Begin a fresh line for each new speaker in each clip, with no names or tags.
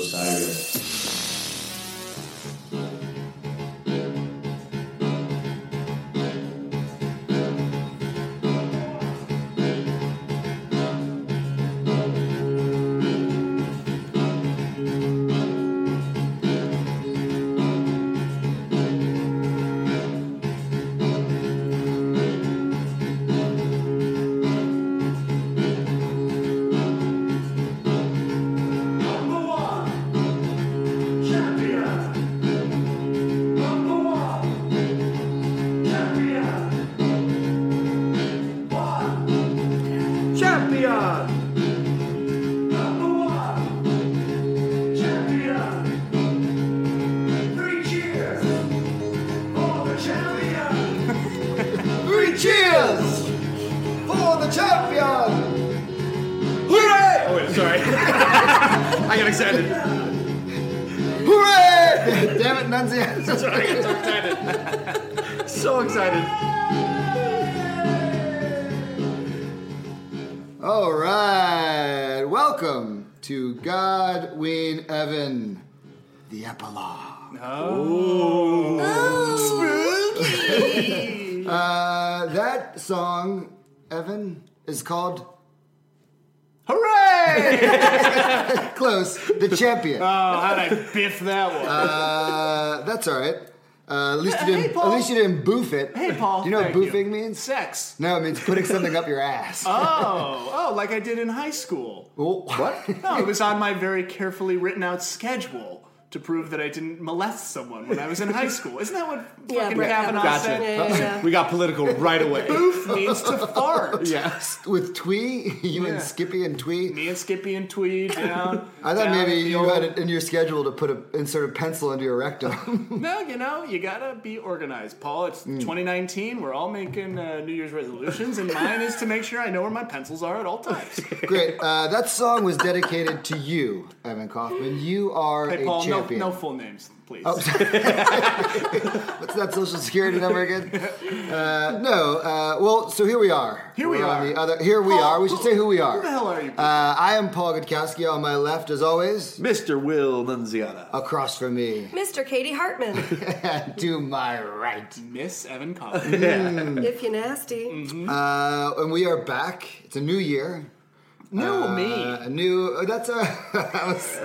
Osiris.
Number one champion. Number one champion. One champion. Number one champion. Three cheers for the champion. Three cheers for the champion. Hooray!
Oh, wait, sorry. I got excited.
Hooray! Damn it, Nunzi.
Sorry, I got so excited. so excited.
All right. Welcome to Godwin Evan, the epilogue.
Oh.
Uh, that song, Evan, is called
Hooray!
Close, The Champion.
Oh, how'd I biff that one?
Uh, that's all right. Uh, at least you
Hey,
didn't.
Paul.
at least you didn't boof it.
Hey, Paul.
Do you know what
Thank you.
boofing means?
Sex.
No, it means putting something up your ass.
Oh, oh, like I did in high school.
Oh, what?
No, it was on my very carefully written out schedule to prove that I didn't molest someone when I was in high school. Isn't that what
Yeah,
fucking
Brett
Kavanaugh
Kavanaugh.
said?
Yeah,
Uh,
yeah, yeah.
We got political right away.
Boof means to fart.
yes.
With Twee, you
Yeah.
and Skippy and Twee.
Me and Skippy and Tweed down.
I thought
down
maybe
the
you
old-
had it in your schedule to put a insert a pencil into your rectum.
No, you know, you gotta be organized, Paul. It's 2019. We're all making uh, New Year's resolutions, and mine is to make sure I know where my pencils are at all times.
Great. Uh, that song was dedicated to you, Evan Kaufman. You are
Hey,
a
Paul, no,
champion.
no full names, please.
What's that social security number again? Uh, no. Uh, well, so here we are.
Here we
We're on
are.
the other- here we
Paul,
are. We should say who we are.
Who the hell are you?
Uh, I am Paul Gutkowski. On my left, as always,
Mr. Will
Uh,
Nunziata.
across from me,
Mr. Katie Hartman,
to my right.
Miss Evan Collins.
if you nasty.
Mm-hmm.
Uh, and we are back. It's a new year.
no,
Uh,
me.
A new. oh, That's a. that was,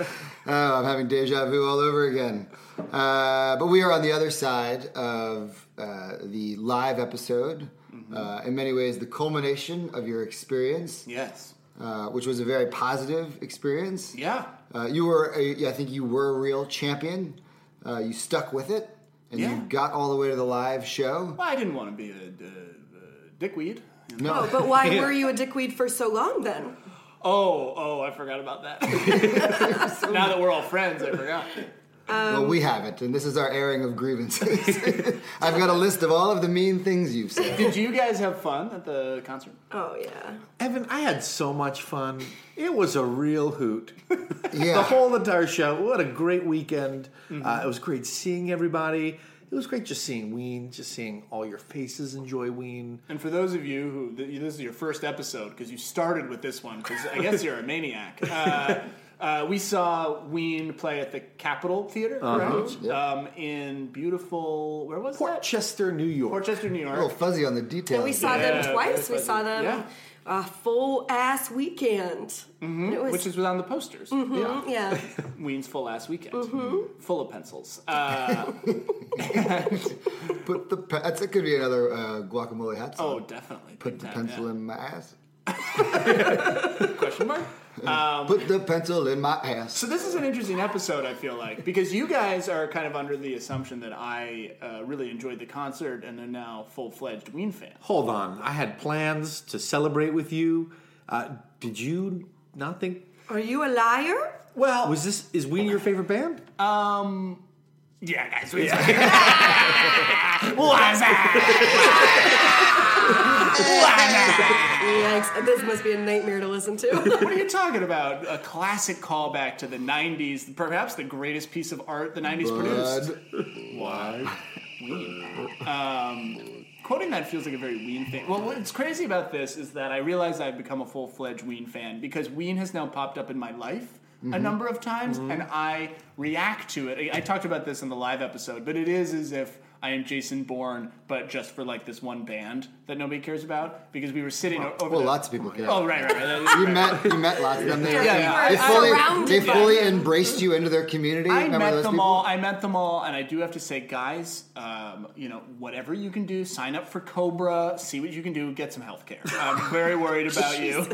oh, I'm having deja vu all over again. Uh, but we are on the other side of uh, the live episode. Uh, in many ways, the culmination of your experience,
Yes.
uh, which was a very positive experience.
Yeah.
Uh, you were, a, yeah, I think, you were a real champion. Uh, you stuck with it, and
Yeah.
you got all the way to the live show.
Well, I didn't want to be a, a, a dickweed.
Oh, but why were you a dickweed for so long then?
Oh, oh, I forgot about that. now that we're all friends, I forgot.
well, we haven't, and this is our airing of grievances. I've got a list of all of the mean things you've said.
Did you guys have fun at the concert?
Oh yeah.
Evan, I had so much fun. It was a real hoot.
Yeah.
The whole entire show. What a great weekend. Uh, it was great seeing everybody. It was great just seeing Ween, just seeing all your faces enjoy Ween.
And for those of you who th- this is your first episode because you started with this one because I guess you're a maniac. Uh, uh, we saw Ween play at the Capitol Theater,
Uh-huh.
correct? Um, in beautiful, where was that?
Portchester, New York.
Portchester, New
a
York.
little fuzzy on the details.
And we saw
Yeah,
them twice. We
that's
saw
right.
them
Yeah.
a full ass weekend. Mm-hmm. It was mm-hmm,
Which is on the posters.
Mm-hmm.
Yeah.
yeah.
Ween's full last weekend. Full of pencils. Uh,
Put the pe- that's, it could be another uh, guacamole hat.
oh,
song.
definitely.
put the pencil in my ass.
Question mark? Um,
Put the pencil in my ass.
So this is an interesting episode. I feel like because you guys are kind of under the assumption that I uh, really enjoyed the concert and are now full fledged Ween fans.
Hold on. I had plans to celebrate with you. Uh, did you not think?
Are you a liar?
Well, was this is Ween your favorite band?
Yeah, guys. We What's that?
Yikes! This must be a nightmare to listen to.
What are you talking about? A classic callback to the '90s, perhaps the greatest piece of art the '90s produced.
Bud.
Why? Ween. Um, quoting that feels like a very Ween thing. Well, what's crazy about this is that I realize I've become a full fledged Ween fan because Ween has now popped up in my life
Mm-hmm.
a number of times, and I react to it. I, I talked about this in the live episode, but it is as if I am Jason Bourne, but just for like this one band that nobody cares about because we were sitting o- over.
Well,
the-
lots of people care.
Oh right, right. right.
You met you met lots of them. They,
Yeah,
yeah.
they
I-
fully
surrounded
they
by
fully embraced you into their community.
I
Remember
met
those
them
people?
all. I met them all, and I do have to say, guys, um, you know, whatever you can do, sign up for Cobra, see what you can do, get some health care. I'm very worried about you.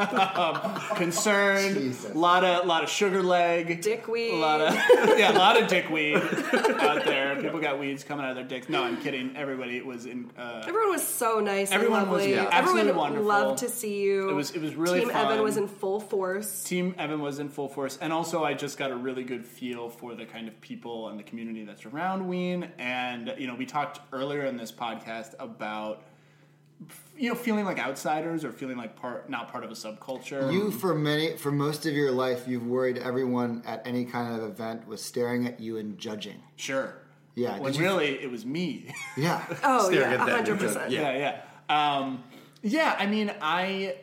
um, concerned,
Jesus.
a lot of lot of sugar leg,
Dickweed.
a lot of yeah, a lot of dick weed out there. People got weeds coming out of their dicks. No, I'm kidding. Everybody was in. Uh,
Everyone was so nice. and
Everyone was
lovely.
yeah, absolutely
Everyone
wonderful.
loved to see you.
It was- it was really
Team
fun.
Evan was in full force.
Team Evan was in full force, and also I just got a really good feel for the kind of people and the community that's around Ween. And you know, we talked earlier in this podcast about you know feeling like outsiders or feeling like part not part of a subculture.
You for many for most of your life, you've worried everyone at any kind of event was staring at you and judging.
sure,
Yeah,
When
did you-
really, it was me.
Yeah,
Oh
Staring
yeah,
at that
hundred
and
percent.
just-
yeah, yeah. Um, yeah, I mean, I,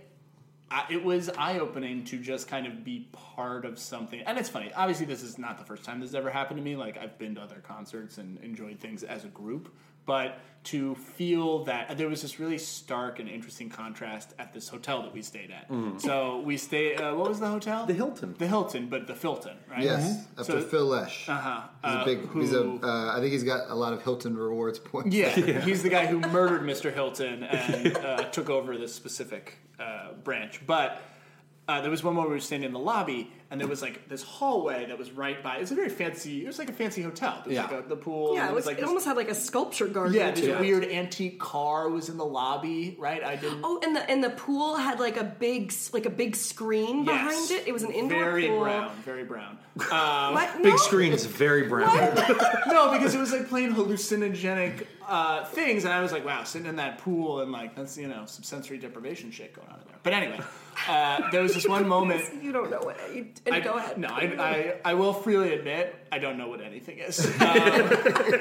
I it was eye opening to just kind of be part of something. And it's funny. Obviously, this is not the first time this has ever happened to me. Like I've been to other concerts and enjoyed things as a group, but to feel that there was this really stark and interesting contrast at this hotel that we stayed at. So we stay. Uh, what was the hotel?
The Hilton.
The Hilton, but the Filton, right? Mm-hmm.
yes. After
So-
Phil Lesh, uh-huh. he's a
Uh,
big. he's a.
who-
Uh, I think he's got a lot of Hilton rewards points.
Yeah, he's the guy who murdered Mr. Hilton and uh, took over this specific uh, branch. But uh, there was one moment we were standing in the lobby, and there was like this hallway that was right by. It's a very fancy. It was like a fancy hotel. There was
Yeah.
like a, the pool.
Yeah,
and
it,
there
was,
like
it
this-
almost had like a sculpture garden.
yeah.
to
This
it.
weird antique car was in the lobby, right? I didn't.
Oh, and the and the pool had like a big s- like a big screen
Yes.
behind it. It was an indoor
very
pool.
brown, very brown. Uh,
What?
Big
No.
screen is very brown.
no, because it was like playing hallucinogenic uh, things, and I was like, wow, sitting in that pool and like that's you know some sensory deprivation shit going on in there. But anyway, uh, there was this one moment
You don't know what. You, and
I,
go ahead.
No, I, I, I will freely admit I don't know what anything is. Um,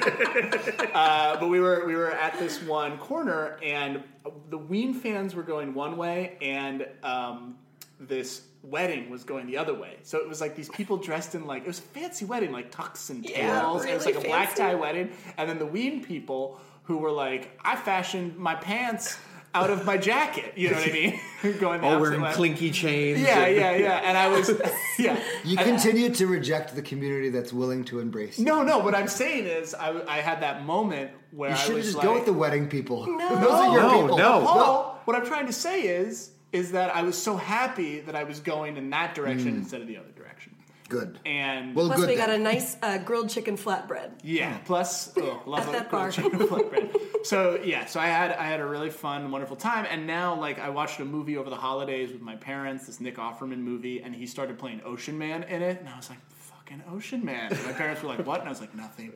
uh, but we were we were at this one corner, and the Ween fans were going one way, and um, this wedding was going the other way. So it was like these people dressed in like it was a fancy wedding, like tux and tails.
Yeah,
it was like
really
a black
fancy.
tie wedding, and then the Ween people who were like, I fashioned my pants. Out of my jacket, you know what I mean? Going the
All
opposite
wearing
way.
clinky chains.
Yeah,
and-
yeah, yeah. And I was, yeah.
You continue to reject the community that's willing to embrace. you.
No, no. What I'm saying is, I, I had that moment where
you
I
should
was
just
like,
go with the wedding people.
No.
Those are your
No,
people.
no.
Paul. What I'm trying to say is, is that I was so happy that I was going in that
Hmm.
direction instead of the other direction.
Good.
And
well,
Plus,
good.
we got
then.
a nice uh, grilled chicken flatbread.
yeah, plus oh, love a
At that
grilled
bar.
chicken flatbread. So yeah, so I had I had a really fun, wonderful time. And now like I watched a movie over the holidays with my parents, this Nick Offerman movie, and he started playing Ocean Man in it, and I was like. "Fucking Ocean Man. And my parents were like, "What?" And I was like, "Nothing,"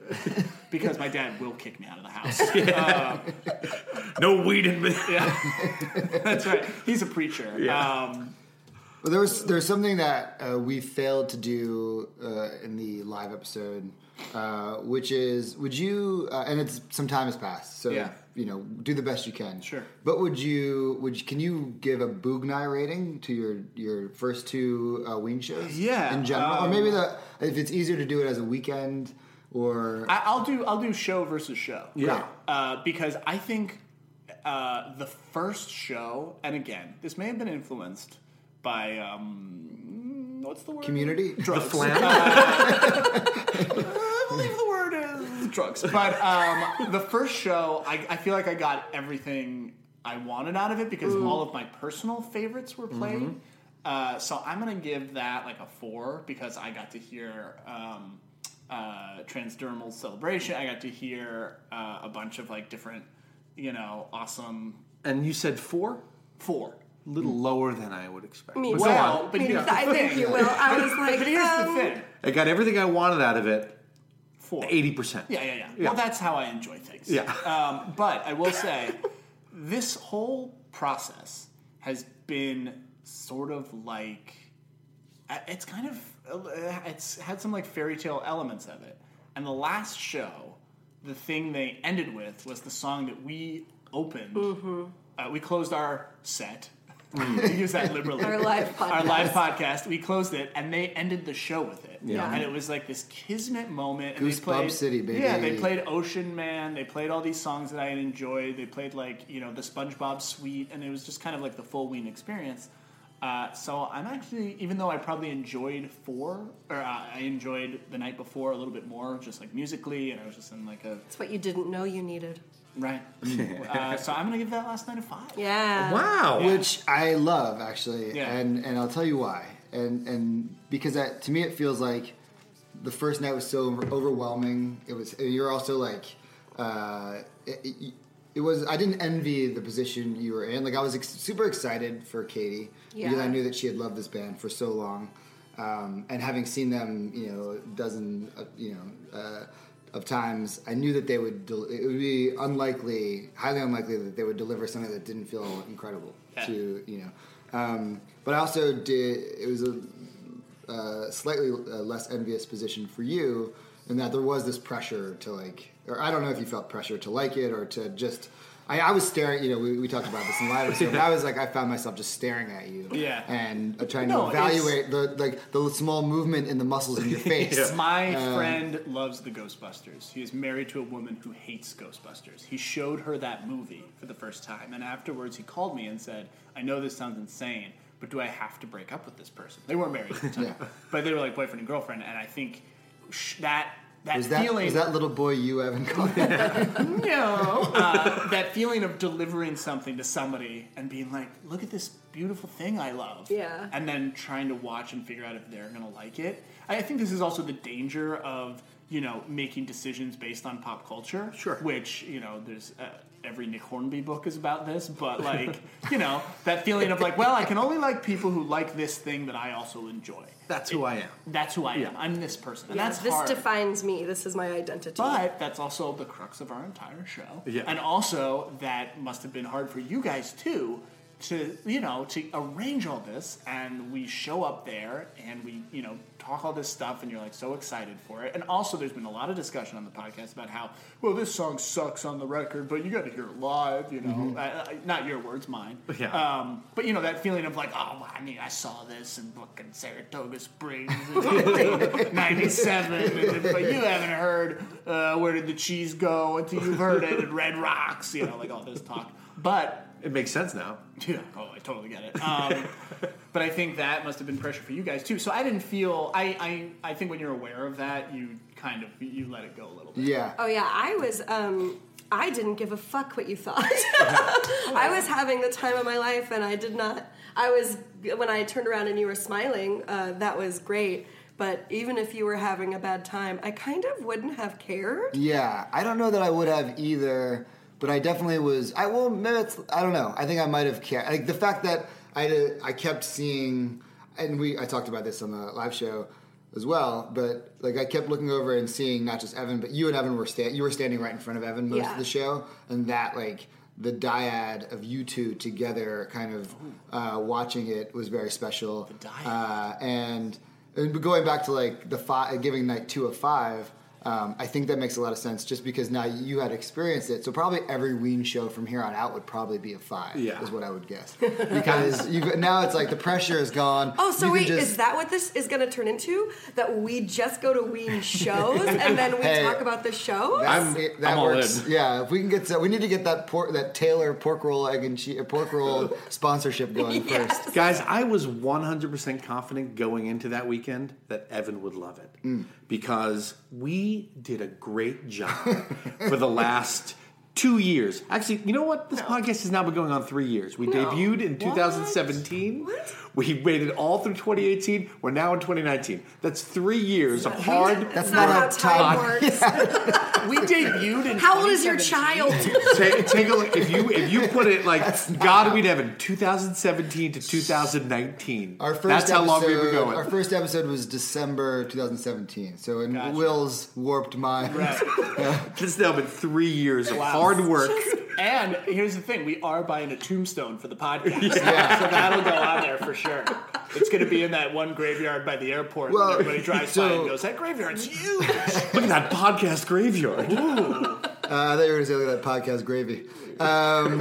because my dad will kick me out of the house.
No weed in me.
Uh, That's right. He's a preacher.
Yeah.
Um,
Well, there was there's something that uh, we failed to do uh, in the live episode, uh, which is would you uh, and it's some time has passed, so
Yeah.
you know do the best you can.
Sure.
But would you would you, can you give a Boognai rating to your your first two uh, Ween shows?
Yeah,
in general, or
um,
maybe the if it's easier to do it as a weekend or
I, I'll do I'll do show versus show.
Yeah.
Uh, because I think uh, the first show, and again, this may have been influenced by um, what's the word?
community.
The flan.
I believe the word is drugs. But um, the first show, I, I feel like I got everything I wanted out of it because all of my personal favorites were played. Uh, so I'm gonna give that like a four because I got to hear um, uh, Transdermal Celebration. I got to hear uh, a bunch of like different, you know, awesome
and you said four?
four.
A little lower than I would expect.
Me
But
too.
go on.
Well, but
Me
here's
too.
the
I think
thing.
you will. I was like,
But here's
um,
the thing:
I got everything I wanted out of it.
four.
Eighty percent.
Yeah, yeah, yeah, Well, that's how I enjoy things.
Yeah.
Um, but I will say, this whole process has been sort of like I- it's kind of uh, it's had some like fairy tale elements of it. And the last show, the thing they
Mm-hmm.
ended with was the song that we opened. Uh, we closed our set we use that liberally.
Our live podcast.
Our live podcast. We closed it, and they ended the show with it.
Yeah.
And it was like this kismet moment. and they
Goosebump
played-
City, baby.
Yeah, they played Ocean Man. They played all these songs that I had enjoyed. They played like you know the SpongeBob Suite, and it was just kind of like the full Ween experience. Uh, so I'm actually, even though I probably enjoyed four, or uh, I enjoyed the night before a little bit more, just like musically, and I was just in like a
It's what you didn't know you needed.
right. uh, so I'm gonna give that last night a five.
Yeah.
Wow.
which I love actually,
Yeah.
and and I'll tell you why, and and because that to me it feels like the first night was so over- overwhelming. It was you're also like, uh, it, it, it was I didn't envy the position you were in. Like I was ex- super excited for Katie because
Yeah.
I knew that she had loved this band for so long, um, and having seen them, you know, a dozen, uh, you know. Uh, of times, I knew that they would. Del- it would be unlikely, highly unlikely, that they would deliver something that didn't feel incredible
Yeah.
to you know. Um, but I also did. It was a uh, slightly uh, less envious position for you in that there was this pressure to like, or I don't know if you felt pressure to like it or to just. I, I was staring, you know, we, we talked about this in live, so but I was like, I found myself just staring at you,
Yeah.
and uh, trying to
No, it's-
evaluate the like the small movement in the muscles in your face. Um,
My friend loves the Ghostbusters. He is married to a woman who hates Ghostbusters. He showed her that movie for the first time, and afterwards he called me and said, I know this sounds insane, but do I have to break up with this person? They weren't married at the time,
Yeah.
but they were like boyfriend and girlfriend, and I think sh- that. That
Was that
feeling
was that little boy you Evan Collins?
no. Uh, that feeling of delivering something to somebody and being like, look at this beautiful thing I love.
Yeah.
And then trying to watch and figure out if they're going to like it. I I think this is also the danger of, you know, making decisions based on pop culture.
Sure.
Which, you know, there's. Uh, Every Nick Hornby book is about this, but like, you know, that feeling of like, well, I can only like people who like this thing that I also enjoy.
That's who I am.
That's who I am. I'm this person. And
Yeah,
that's
this
hard.
defines me. This is my identity.
But that's also the crux of our entire show.
Yeah.
And also that must have been hard for you guys too to you know to arrange all this and we show up there and we you know talk all this stuff and you're like so excited for it and also there's been a lot of discussion on the podcast about how well this song sucks on the record but you got to hear it live you know Uh, uh, not your words mine
Yeah.
um, but you know that feeling of like oh well, I mean I saw this in fucking Saratoga Springs in 97 and, but you haven't heard uh, where did the cheese go until you've heard it at Red Rocks you know like all this talk but
It makes sense now.
yeah, oh, I totally get it. Um, but I think that must have been pressure for you guys too. So I didn't feel. I, I I think when you're aware of that, you kind of you let it go a little bit.
yeah.
Oh yeah, I was. Um, I didn't give a fuck what you thought. I was having the time of my life, and I did not. I was when I turned around and you were smiling. Uh, that was great. But even if you were having a bad time, I kind of wouldn't have cared.
Yeah, I don't know that I would have either, but I definitely was. I well, maybe it's, I don't know. I think I might have cared. Like the fact that I had a- I kept seeing, and we I talked about this on the live show as well. But like I kept looking over and seeing not just Evan, but you and Evan were stand you were standing right in front of Evan most of
Yeah.
the show, and that like the dyad of you two together, kind of uh, watching it was very special. The
dyad.
uh, and and going back to like the five, giving like two of five, um, I think that makes a lot of sense just because now you had experienced it. So probably every Ween show from here on out would probably be a five.
Yeah.
is what I would guess because you now it's like the pressure is gone.
Oh,
You
so
can
wait,
just-
is that what this is going to turn into? That we just go to Ween shows and then we
Hey,
talk about the show?
that's- it- that
I'm all
works.
in.
Yeah, if we can get that, we need to get that pork, that Taylor pork roll egg and cheese, pork roll sponsorship going first.
Guys, I was 100% confident going into that weekend that Evan would love it because we did a great job for the last two years. Actually, you know what? This podcast has now been going on three years. We debuted in 2017.
What?
We waited all through 2018. We're now in 2019. That's three years of hard.
That's
not
not,
how
how time,
time-
works.
We debuted in.
How old is your
2017.
child?
take, take a look. If you if you put it like God, we'd have it 2017 to 2019.
Our first
That's how
episode,
long we've been going.
Our first episode was December 2017. So in
Gotcha.
Will's warped mind,
Right.
It's now been three years of
Wow.
hard work.
And here's the thing: we are buying a tombstone for the podcast,
Yeah.
so that'll go on there for sure. It's going to be in that one graveyard by the airport.
Well,
and everybody drives by
so-
and goes, "That graveyard's huge."
Look at that podcast graveyard.
Uh, I thought you were going to say, look at that podcast gravy. Um,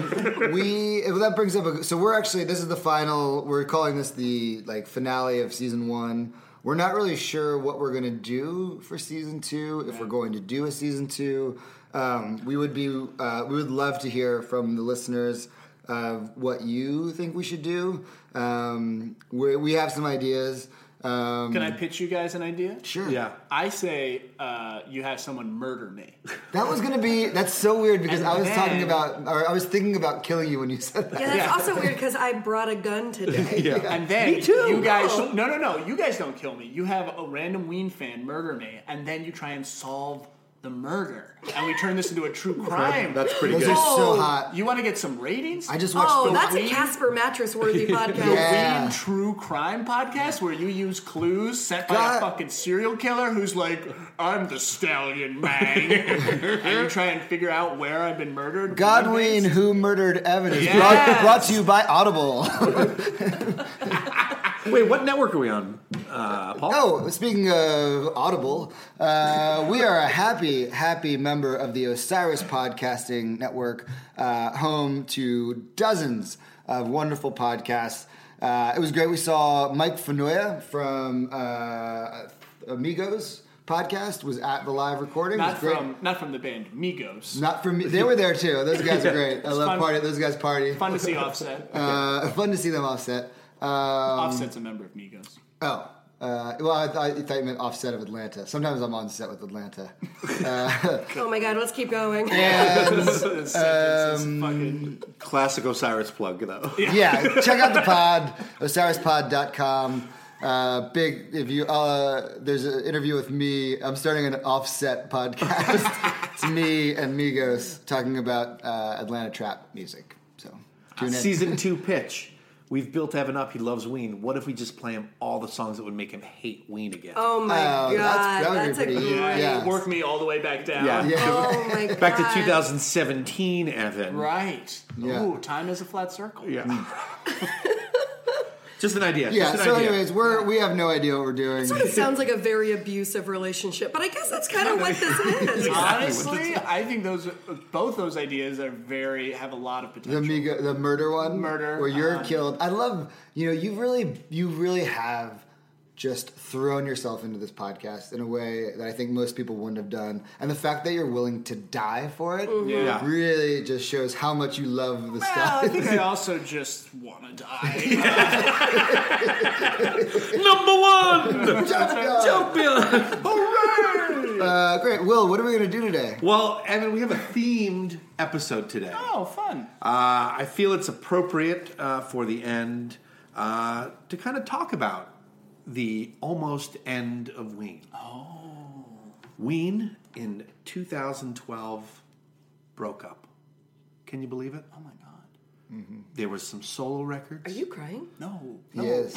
we well, that brings up. A, so we're actually this is the final. We're calling this the like finale of season one. We're not really sure what we're going to do for season two. If we're going to do a season two, um, we would be. Uh, we would love to hear from the listeners. Of what you think we should do. Um, we we have some ideas. Um,
Can I pitch you guys an idea?
sure.
Yeah.
I say uh, you have someone murder me.
That was gonna be. That's so weird because
And
I was talking
then-
about, or I was thinking about killing you when you said that.
Yeah, that's
Yeah.
also weird because I brought a gun today.
And then
Me too.
you guys
No.
no no no, you guys don't kill me. You have a random Ween fan murder me and then you try and solve the murder. And we turn this into a true crime.
That's pretty
Those
good.
are so
Oh.
hot.
you want to get some ratings?
I just watched.
Oh,
the,
that's a
weed.
Casper mattress worthy podcast.
Yeah.
Ween True Crime podcast where you use clues set by
God.
a fucking serial killer who's like, I'm the stallion man. and you try and figure out where I've been murdered.
Godwin,
Mondays.
who murdered Evan, is
Yes.
brought, brought to you by Audible.
Wait, what network are we on, uh, Paul?
oh, speaking of Audible, uh, we are a happy, happy member of the Osiris Podcasting Network, uh, home to dozens of wonderful podcasts. Uh, it was great. We saw Mike Fanoia from uh, Amigos podcast was at the live recording. it
Not
was great.
from not from the band Migos.
Not for me. They were there too. Those guys are great. I love
fun.
party. Those guys party.
Fun to see Offset.
Uh, fun to see them offset. Uh,
Offset's a member of Migos.
oh, uh, well, I, I thought you meant offset of Atlanta. Sometimes I'm on set with Atlanta.
Oh my god, let's keep going.
And
This is- this
um,
is fucking-
Classic Osiris plug, though.
yeah, check out the pod, osirispod.com. Uh, big if you uh, there's an interview with me. I'm starting an offset podcast. it's me and Migos talking about uh, Atlanta trap music. So tune in.
Season two pitch. We've built Evan up. He loves Ween. What if we just play him all the songs that would make him hate Ween again?
Oh my
Oh,
god,
that's-
that's,
that would be
a
pretty-
great.
Yeah,
Yeah.
work me all the way back down.
Yeah.
Yeah.
Oh my god.
Back to 2017, Evan.
Right.
Yeah.
Ooh, time is a flat circle.
Yeah. just an idea.
Yeah.
Just an
So,
idea.
anyways, we're we have no idea what we're doing.
It sounds like a very abusive relationship, but I guess that's kind of what this is.
Honestly, I think those both those ideas are very have a lot of
The
potential.
Migo, the murder one,
Murder,
where you're
uh-huh.
killed. I love you know you really you really have just thrown yourself into this podcast in a way that I think most people wouldn't have done, and the fact that you're willing to die for it
Yeah.
really just shows how much you love the
Mm-hmm. well, I
stuff.
think I also just want to die.
Number one! Champion!
uh, great, Will. What are we gonna do today?
Well, Evan, we have a themed episode today.
Oh, fun.
Uh, I feel it's appropriate uh, for the end uh, to kind of talk about the almost end of Ween. Oh. Ween in 2012 broke up. Can you believe it? Mm-hmm.
Oh my god.
There was some solo records.
Are you crying?
No.
Yes,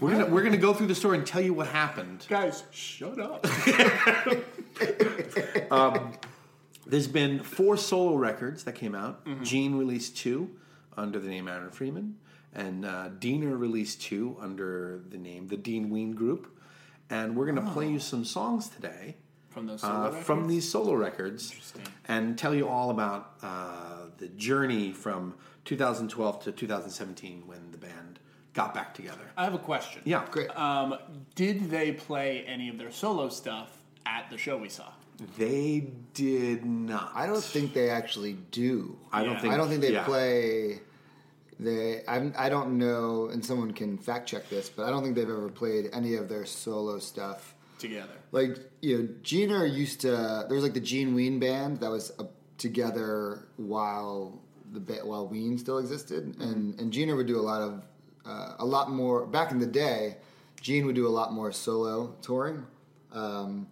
We're gonna we're gonna go through the story and tell you what happened.
Guys, shut up.
There's been four solo records that came out.
Mm-hmm.
Gene released two under the name Aaron Freeman, and uh, Diener released two under the name the Dean Ween Group. And we're gonna play
Oh.
you some songs today
From those
uh,
solo
from
records?
these solo records, and tell you all about uh, the journey from 2012 to 2017 when the band got back together.
I have a question.
Yeah,
great.
Um, did they play any of their solo stuff at the show we saw?
They did not.
I don't think they actually do.
I don't
Yeah.
think.
I don't think they
yeah.
play. They, I'm, I don't know, and someone can fact check this, but I don't think they've ever played any of their solo stuff.
Together.
like you know Gina used to there was like the Gene Ween band that was uh, together while the ba- while Ween still existed and and Gina would do a lot of uh, a lot more back in the day Gene would do a lot more solo touring um,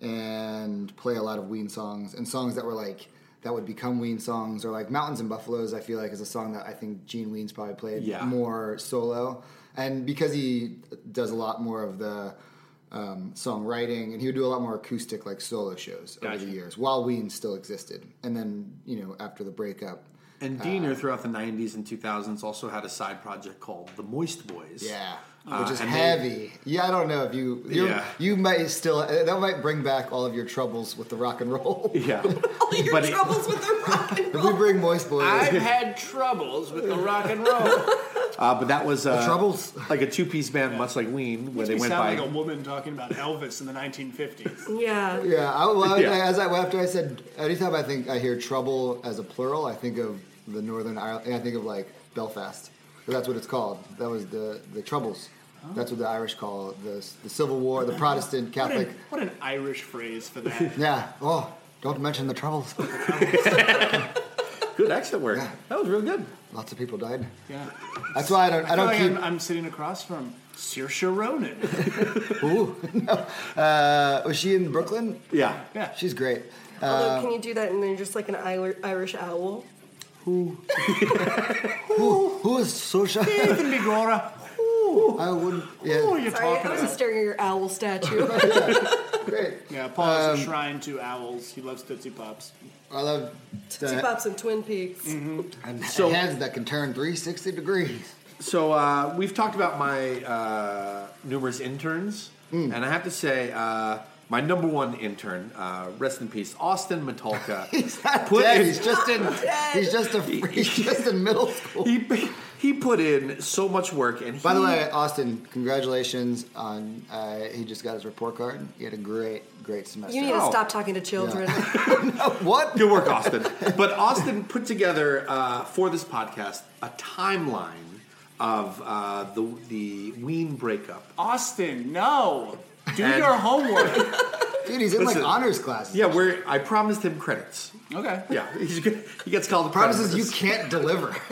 and play a lot of Ween songs and songs that were like that would become Ween songs or like Mountains and Buffaloes I feel like is a song that I think Gene Ween's probably played
Yeah.
more solo and because he does a lot more of the um, songwriting, and he would do a lot more acoustic, like solo shows over
Gotcha.
the years while Ween still existed. And then, you know, after the breakup, Uh,
And Diener throughout the 90s and 2000s also had a side project called The Moist Boys.
yeah, which
Uh,
is
and they-
heavy. yeah, I don't know if you you're,
Yeah.
you might still that might bring back all of your troubles with the rock and roll.
Yeah.
All your
But it-
troubles with the rock and
if we
roll.
bring Moist Boys,
I've had troubles with the rock and roll.
Uh, but that was uh,
Troubles.
like a two-piece band, much like Ween, where they
you
went
sound
by.
like a woman talking about Elvis in the 1950s.
Yeah.
Yeah, I, well,
Yeah.
as I after I said, anytime I think I hear trouble as a plural, I think of the Northern Ireland. I think of like Belfast. 'Cause That's what it's called. That was the the troubles.
Oh.
That's what the Irish call the the Civil War, the Protestant
What
Catholic.
an, what an Irish phrase for that.
Yeah. Oh, don't mention the troubles.
good accent work.
Yeah.
That was real good.
Lots of people died.
Yeah.
That's why I don't. I
I
don't
feel like
keep.
I'm, I'm sitting across from Saoirse Ronan.
Ooh, no. Uh, was she in Brooklyn?
Yeah.
Yeah.
She's great.
Although, can you do that and then just like an Ir- Irish owl?
Who is social?
Nathan Begora. Ooh,
I wouldn't.
who are
Yeah,
you
Sorry,
talking
I was just
about?
staring at your owl statue.
great.
Yeah, Paul has
Um,
a shrine to owls. He loves Tootsie Pops.
I love
Two
the
Pops and Twin Peaks.
and
So-
hands that can turn 360 degrees.
So uh, we've talked about my uh, numerous interns,
Mm.
and I have to say, uh, my number one intern, uh, rest in peace, Austin Metalka.
He's not
Put
dead.
in-
he's just in.
Dead.
He's just a. He's just in middle school.
he he put in so much work, and
By the
he-
way, Austin, congratulations on. Uh, he just got his report card. He had a great, great semester.
You need to
Oh.
stop talking to children.
what?
Good work, Austin. but Austin put together uh, for this podcast a timeline of uh, the the Ween breakup.
Austin, no. Do
And-
your homework.
Dude, he's in
Listen.
like honors classes.
Yeah, where I promised him credits.
okay.
Yeah, he's good. he gets called. to
Promises you
credits.
can't deliver.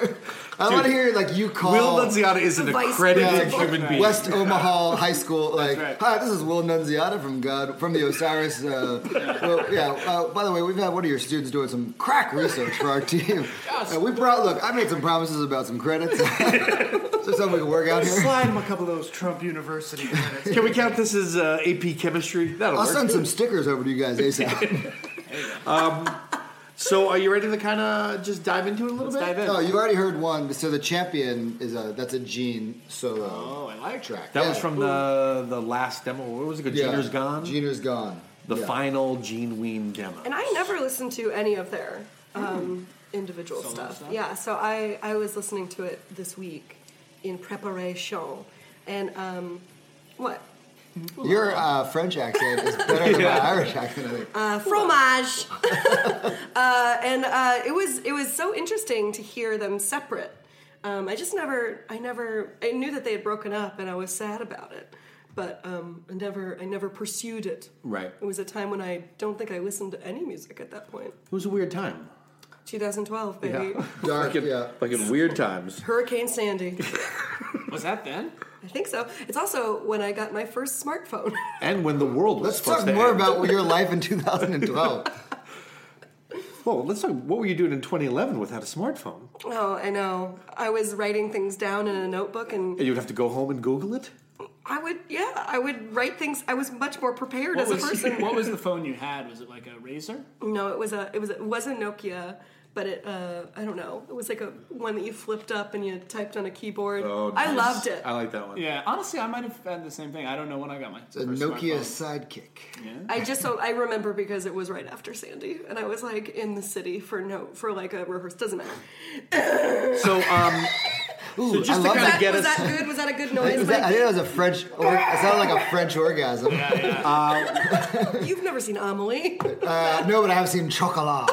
I want to hear like you call.
Will Nunziata isn't
Vice
accredited
Yeah.
human being.
West Omaha High School. Like,
right.
hi, this is Will Nunziata from God from the Osiris. Uh, well, yeah. Uh, by the way, we've had one of your students doing some crack research for our team. Uh, we brought. Look, I made some promises about some credits. Is there something we can work out here?
Slide him a couple of those Trump University credits.
Can we count this as uh, AP chemistry? That'll
I'll
work.
send some stickers over to you guys ASAP.
So, are you ready to kind of just dive into it a little
Let's
bit?
dive in.
oh, you've already heard one. So the champion is a that's a Gene solo
Oh, I like
track.
That
Yeah.
was from the the last demo. What was it? called?
Yeah.
Jeter's gone.
Jeter's gone.
the
Yeah.
final Gene Ween demo.
and I never listened to any of their um, individual
Solo
stuff.
stuff?
Yeah, so I, I was listening to it this week in preparation. And um, what?
Your uh, French accent is better than my Irish accent. I think.
Uh, fromage. uh, and uh, it was it was so interesting to hear them separate. Um, I just never I never I knew that they had broken up and I was sad about it, but um, I never I never pursued it.
Right.
It was a time when I don't think I listened to any music at that point.
It was a weird time.
2012, baby.
Yeah.
Dark.
Like in,
Yeah.
like in weird times.
Hurricane Sandy.
Was that then?
I think so. It's also when I got my first smartphone.
And when the world was
Let's
supposed
talk
to
more
end.
about your life in 2012.
Whoa, let's talk. What were you doing in 2011 without a smartphone?
oh, I know. I was writing things down in a notebook and
And you'd have to go home and Google it.
I would, yeah, I would write things. I was much more prepared
What
as a
was,
person.
what was the phone you had? Was it like a razor?
No, it was a, it was, it was a Nokia, but it, uh, I don't know. It was like a one that you flipped up and you typed on a keyboard. I loved it.
Oh, I like that one.
Yeah, honestly, I might have had the same thing. I don't know when I got my
A
first
Nokia
smartphone.
sidekick.
I just so I remember because it was right after Sandy, and I was like in the city for no for like a rehearse. Doesn't matter.
So, um,
Ooh,
just
I
to
love
kinda
that.
That,
get
was
us-
that good? Was that a good
I think, it
noise?
was that- I
Mike?
think it was a French. Or, it sounded like a French orgasm.
You've never seen Amelie.
Uh, no, but I have seen chocolat.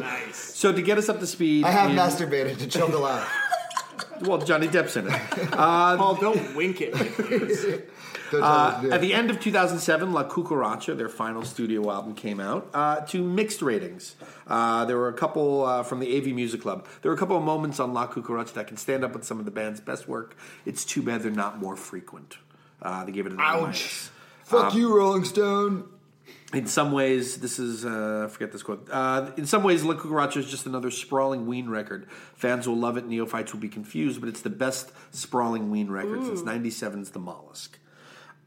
Nice.
so to get us up to speed,
I have
in-
masturbated to chocolat.
Well, Johnny Depp's in it.
Paul, don't wink at me.
Don't tell me to
Uh, at
do it.
the end of 2007, La Cucaracha, their final studio album, came out uh, to mixed ratings. Uh, there were a couple uh, from the AV Music Club. There were a couple of moments on La Cucaracha that can stand up with some of the band's best work. It's too bad they're not more frequent. Uh, they gave it an A minus.
Fuck
um,
you, Rolling Stone.
In some ways, this is, uh, I forget this quote. Uh, in some ways, La Cucaracha is just another sprawling Ween record. Fans will love it, neophytes will be confused, but it's the best sprawling Ween record since 97's The Mollusk.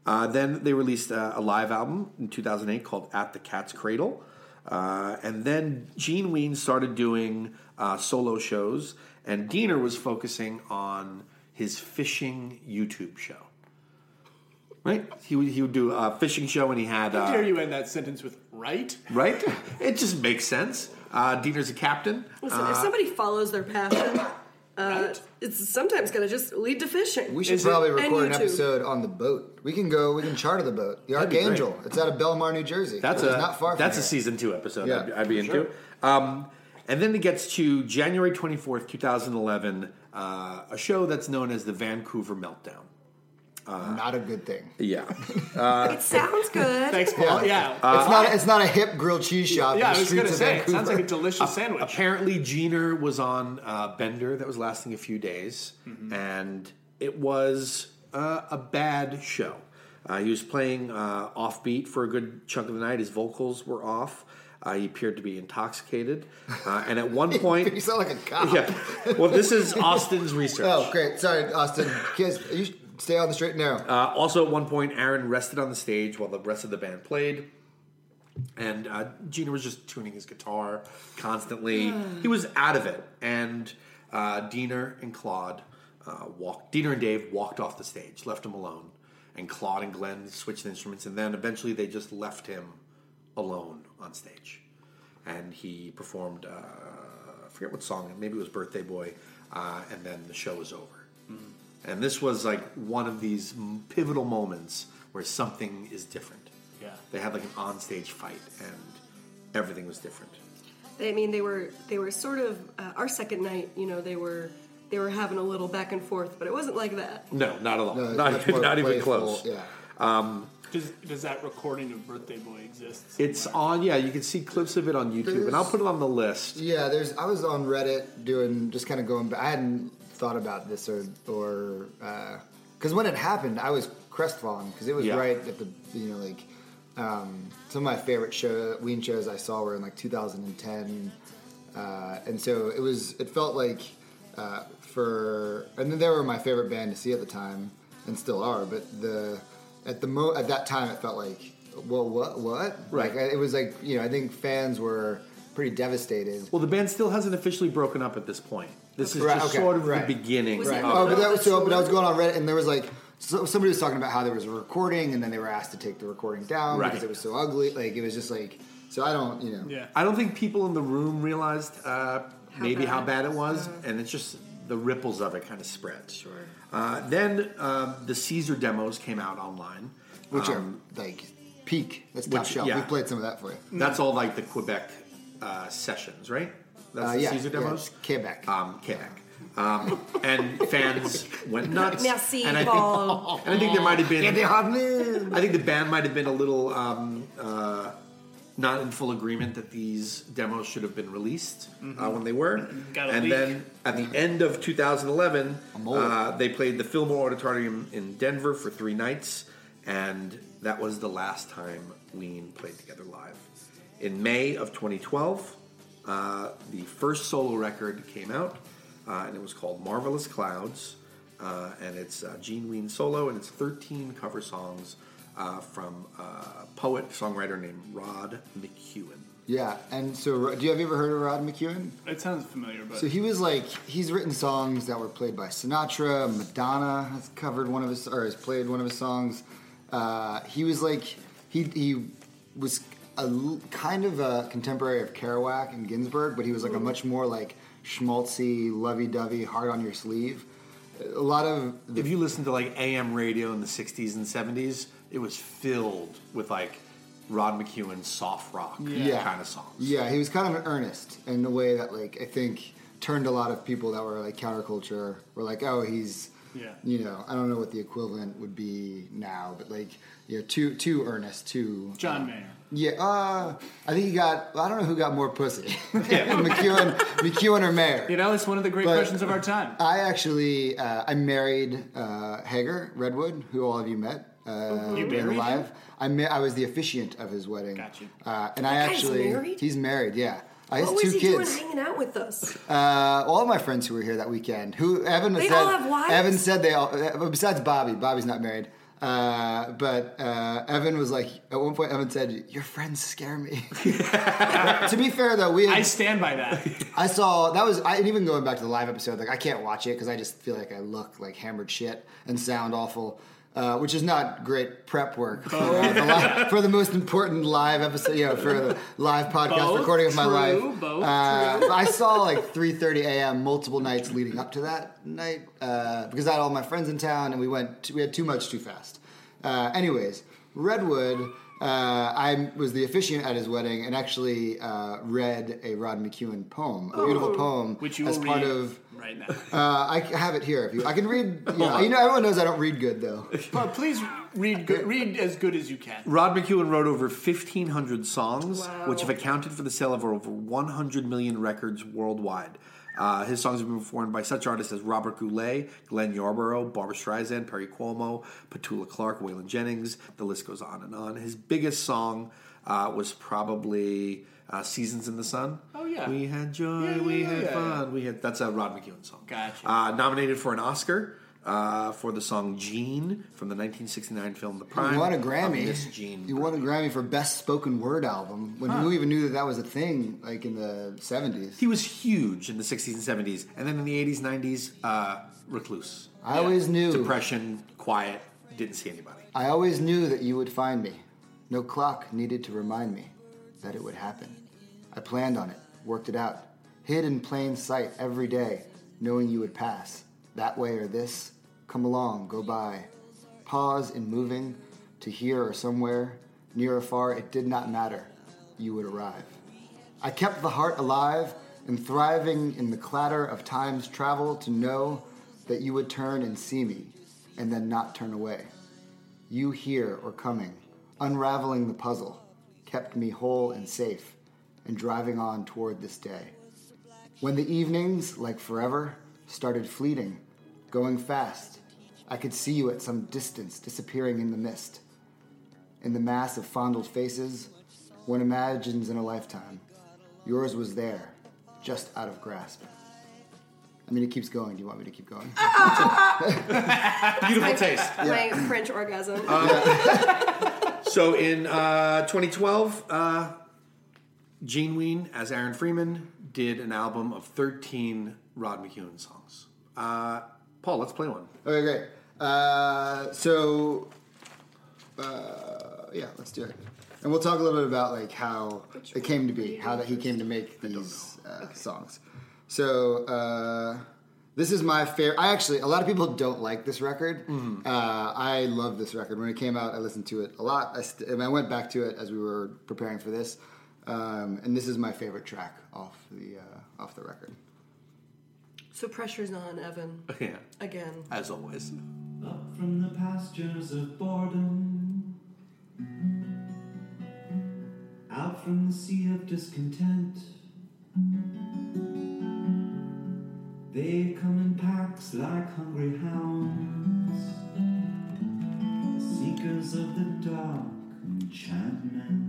Uh, then they released uh, a live album in 2008 called At the Cat's Cradle. Uh, and then Gene Ween started doing uh, solo shows, and Diener was focusing on his fishing YouTube show. Right? He would, he would do a fishing show and he had.
How
uh,
dare you end that sentence with right?
Right? It just makes sense. Uh, Diener's a captain.
Listen,
Uh,
if somebody follows their passion, uh,
Right.
it's sometimes going to just lead to fishing.
We should
Is it-
probably
and
record an
YouTube.
episode on the boat. We can go. We can charter the boat. The
That'd be great.
Archangel. It's out of Belmar, New Jersey.
That's
which
a
is not far.
that's
from
a season two episode.
Yeah,
I'd, I'd be into. Um, and then it gets to January twenty fourth, two thousand eleven, uh, a show that's known as the Vancouver Meltdown.
a not a good thing.
Yeah,
it sounds good.
Thanks, Paul.
Yeah.
Yeah.
it's not. It's not a hip grilled cheese shop
Uh,
in
yeah, I
the
was going
streets
to
of
say, it
Vancouver.
sounds like a delicious sandwich.
apparently Jeaner was on uh, Bender that was lasting a few days, and it was uh, a bad show. Uh, he was playing uh, offbeat for a good chunk of the night. His vocals were off. Uh, he appeared to be intoxicated, uh, and at one point,
you sound like a cop.
yeah. Well, this is Austin's research.
Oh, great. Sorry, Austin. Kids, you should stay on the straight and narrow.
Uh, also, at one point, Aaron rested on the stage while the rest of the band played. And uh, Gina was just tuning his guitar constantly. he was out of it. And uh, Diener and Claude uh, walked, Diener and Dave walked off the stage, left him alone. And Claude and Glenn switched instruments. And then eventually they just left him alone on stage. And he performed, uh, I forget what song, maybe it was Birthday Boy. Uh, and then the show was over. And this was like one of these m- pivotal moments where something is different.
Yeah.
They had like an onstage fight and everything was different.
I mean, they were they were sort of uh, our second night. You know, they were they were having a little back and forth, but it wasn't like that.
No, not at all.
No,
not
Uh, much more
not even
playful,
close.
Yeah.
Does, does that recording of Birthday Boy exist?
It's on, yeah, you can see clips of it on YouTube. And I'll put it on the list.
Yeah, there's. I was on Reddit doing just kind of going. back. I hadn't thought about this or or because when it happened, I was crestfallen because it was
Yeah.
right at the you know like um, some of my favorite show Ween shows I saw were in like 2010, uh, and so it was. It felt like uh, for and then they were my favorite band to see at the time and still are, but the at the mo at that time it felt like well what what
Right.
like, it was like you know I think fans were pretty devastated
Well, the band still hasn't officially broken up at this point. This is
Right,
just
okay,
sort of
right.
the beginning.
Was it
Right.
of
Oh, but that was so.
that's
But I was
true.
going on Reddit, and there was like so, somebody was talking about how there was a recording, and then they were asked to take the recording down
Right.
because it was so ugly. Like it was just like. So I don't, you know.
yeah.
I don't think people in the room realized uh, maybe
bad
how
it
bad it was, and it's just the ripples of it kind of spread. Sure. Uh, then um, the Caesar demos came out online.
Which
Um,
are like peak. That's top
which-
shelf.
yeah.
We've played some of that for you.
That's all like the Quebec uh, sessions, right? That's
Uh,
the
yeah,
Caesar
yeah,
demos.
Quebec.
Um, Quebec. Um, and fans went nuts.
Merci,
and I
Paul.
Think, and I think there might have
Yeah, they
been.
have me.
I think the band might have been a little um, uh, not in full agreement that these demos should have been released uh, when they were.
Got a
and
leak.
then at the end of 2011,
mole.
uh, they played the Fillmore Auditorium in Denver for three nights, and that was the last time Ween played together live. In May of 2012, uh, the first solo record came out, uh, and it was called Marvelous Clouds, uh, and it's uh, Gene Ween solo, and it's 13 cover songs uh, from a poet songwriter named Rod McEwen.
yeah, and so do you have you ever heard of Rod McEwen?
It sounds familiar, but
So he was like he's written songs that were played by Sinatra, Madonna has covered one of his or has played one of his songs. Uh, he was like he he was a l- kind of a contemporary of Kerouac and Ginsberg, but he was like a much more like schmaltzy, lovey-dovey, hard on your sleeve. A lot of
if you listen to like AM radio in the 60s and 70s, it was filled with like Rod McEwen soft rock
Yeah.
kind of songs.
Yeah, he was kind of an earnest in a way that, like, I think turned a lot of people that were like counterculture were like, oh, he's,
Yeah.
you know, I don't know what the equivalent would be now, but like, you know, too too earnest, too.
John Mayer.
Yeah, uh, I think he got. I don't know who got more pussy, McEwen, McEwen or Mayer.
You know, it's one of the great
But-
questions of our time.
I actually uh, I married uh, Hager Redwood, who all of you met. Uh, during
You
the
married
live. I ma- I was the officiant of his wedding.
Gotcha.
Uh, and I
That guy's
actually
married?
he's married. Yeah, I has
What was
two
he
kids.
doing hanging out with us?
Uh, all of my friends who were here that weekend, who Evan
They
said,
all have wives?
Evan said they all. uh, Besides Bobby, Bobby's not married. Uh, but uh, Evan was like, at one point, Evan said, "Your friends scare me." to be fair, though, we had,
I stand by that.
I saw that was I, and even going back to the live episode, like I can't watch it because I just feel like I look like hammered shit and sound awful, uh, which is not great prep work for,
Oh.
uh, the li- for the most important live episode, you know, for the live podcast
Both
recording of my
true,
life.
both
uh, but I saw like 3:30 a.m. multiple nights leading up to that night uh, because I had all my friends in town and we went we had too much too fast. Uh, anyways, Redwood. Uh, I was the officiant at his wedding and actually uh, read a Rod McEwen poem, a beautiful poem,
Which you
as
will
part
read
of.
right now.
Uh, I c- have it here. If you, I can read. You know, you know, everyone knows I don't read good though.
But please read good, read as good as you can.
Rod McEwen wrote over 1,500 songs,
Wow.
which have accounted for the sale of over 100 million records worldwide. Uh, his songs have been performed by such artists as Robert Goulet, Glenn Yarborough, Barbara Streisand, Perry Cuomo, Petula Clark, Waylon Jennings. The list goes on and on. His biggest song uh, was probably uh, "Seasons in the Sun."
Oh, yeah.
we had joy,
Yeah, yeah,
we
yeah,
had
yeah,
fun, we had. That's a Rod McEwen song.
Gotcha.
Uh, nominated for an Oscar. Uh, for the song "Gene" from the 1969 film *The Prime*,
You won a
of
Grammy.
Miss Jean
You won a Grammy for best spoken word album when who even knew that that was a thing like in the seventies.
He was huge in the 60s and 70s, and then in the 80s, 90s, uh, recluse.
I always knew.
Depression, quiet, didn't see anybody.
I always knew that you would find me. No clock needed to remind me that it would happen. I planned on it, worked it out, hid in plain sight every day, knowing you would pass that way or this. Come along, go by. Pause in moving to here or somewhere, near or far, it did not matter. You would arrive. I kept the heart alive and thriving in the clatter of time's travel to know that you would turn and see me, and then not turn away. You here or coming, unraveling the puzzle, kept me whole and safe, and driving on toward this day. When the evenings, like forever, started fleeting, going fast, I could see you at some distance, disappearing in the mist. In the mass of fondled faces, one imagines in a lifetime. Yours was there, just out of grasp. I mean, it keeps going. Do you want me to keep going?
Beautiful taste.
My French orgasm.
Uh,
So in uh, 2012, uh, Gene Ween, as Aaron Freeman, did an album of 13 Rod McEwen songs. Uh, Paul, let's play one.
Okay, great. Uh, so, uh, yeah, let's do it. And we'll talk a little bit about like how it came to be, how that he came to make these uh, songs. So uh, this is my favorite. I actually, a lot of people don't like this record. Uh, I love this record. When it came out, I listened to it a lot. I, st- and I went back to it as we were preparing for this, um, and this is my favorite track off the uh, off the record.
So pressure's on Evan
Yeah,
again.
as always.
Up from the pastures of boredom, out from the sea of discontent. They come in packs like hungry hounds, seekers of the dark enchantment.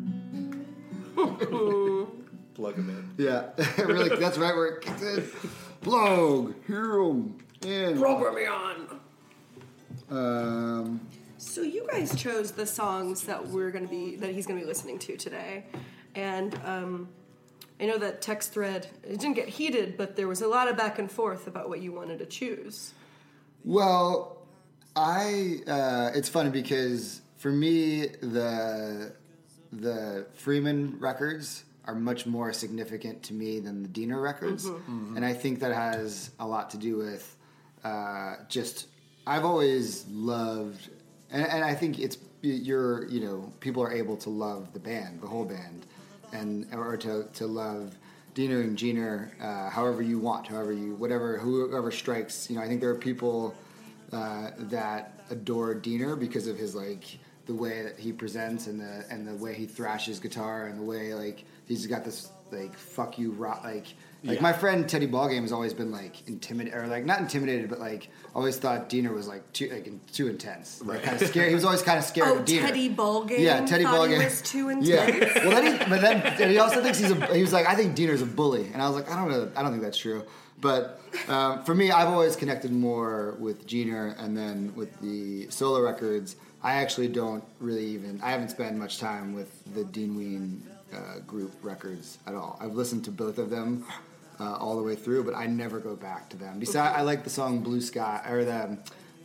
Plug him in.
Yeah, really, that's right where it kicks in. Blog, hear 'em, and
Program me on.
um,
So you guys chose the songs that we're gonna be that he's gonna be listening to today, and um, I know that text thread it didn't get heated, but there was a lot of back and forth about what you wanted to choose.
well, I uh, it's funny because for me the the Freeman records are much more significant to me than the Diener records, and I think that has a lot to do with uh, just I've always loved, and, and I think it's you're you know people are able to love the band, the whole band, and or to to love Diener and Diener uh, however you want, however you whatever whoever strikes. You know, I think there are people uh, that adore Diener because of his like the way that he presents and the and the way he thrashes guitar and the way like he's got this like fuck you rock like like my friend Teddy Ballgame has always been like intimidated or like not intimidated but like always thought Diener was like too like in- too intense like kind of scary he was always kind of scared
Oh,
of Diener
Teddy Ballgame.
yeah Teddy
thought
Ballgame
He was too intense.
yeah well then he, but then and he also thinks he's a he was like I think Diener's a bully and I was like I don't know I don't think that's true but um, for me I've always connected more with Diener and then with the solo records I actually don't really even. I haven't spent much time with the Dean Ween uh, group records at all. I've listened to both of them uh, all the way through, but I never go back to them. Besides, I like the song "Blue Sky" or the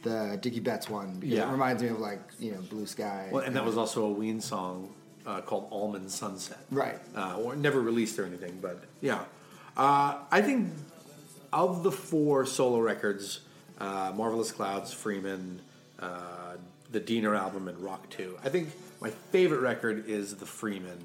the Dickie Betts one. Because
Yeah.
it reminds me of like you know "Blue Sky."
Well, and that was also a Ween song uh, called Almond Sunset.
Right.
Uh, or never released or anything, but yeah. Uh, I think of the four solo records, uh, Marvelous Clouds, Freeman, uh, the Diener album, and Rock 2, I think my favorite record is the Freeman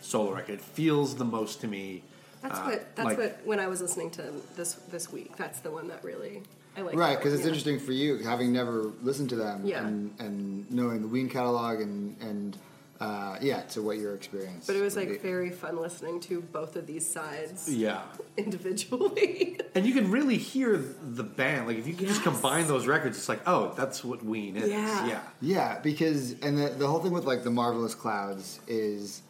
solo record. It feels the most to me.
That's
uh,
what. That's
like-
what. When I was listening to this this week, that's the one that really I like.
Right, because it's interesting for you, having never listened to them
Yeah.
and, and knowing the Ween catalog and and uh, yeah, to what your experience.
But it was
would
like
be.
very fun listening to both of these sides
Yeah.
individually.
And you can really hear the band. Like, if you can just
Yes.
combine those records, it's like, oh, that's what Ween is.
Yeah.
yeah.
yeah, because and the, the whole thing with like the marvelous clouds is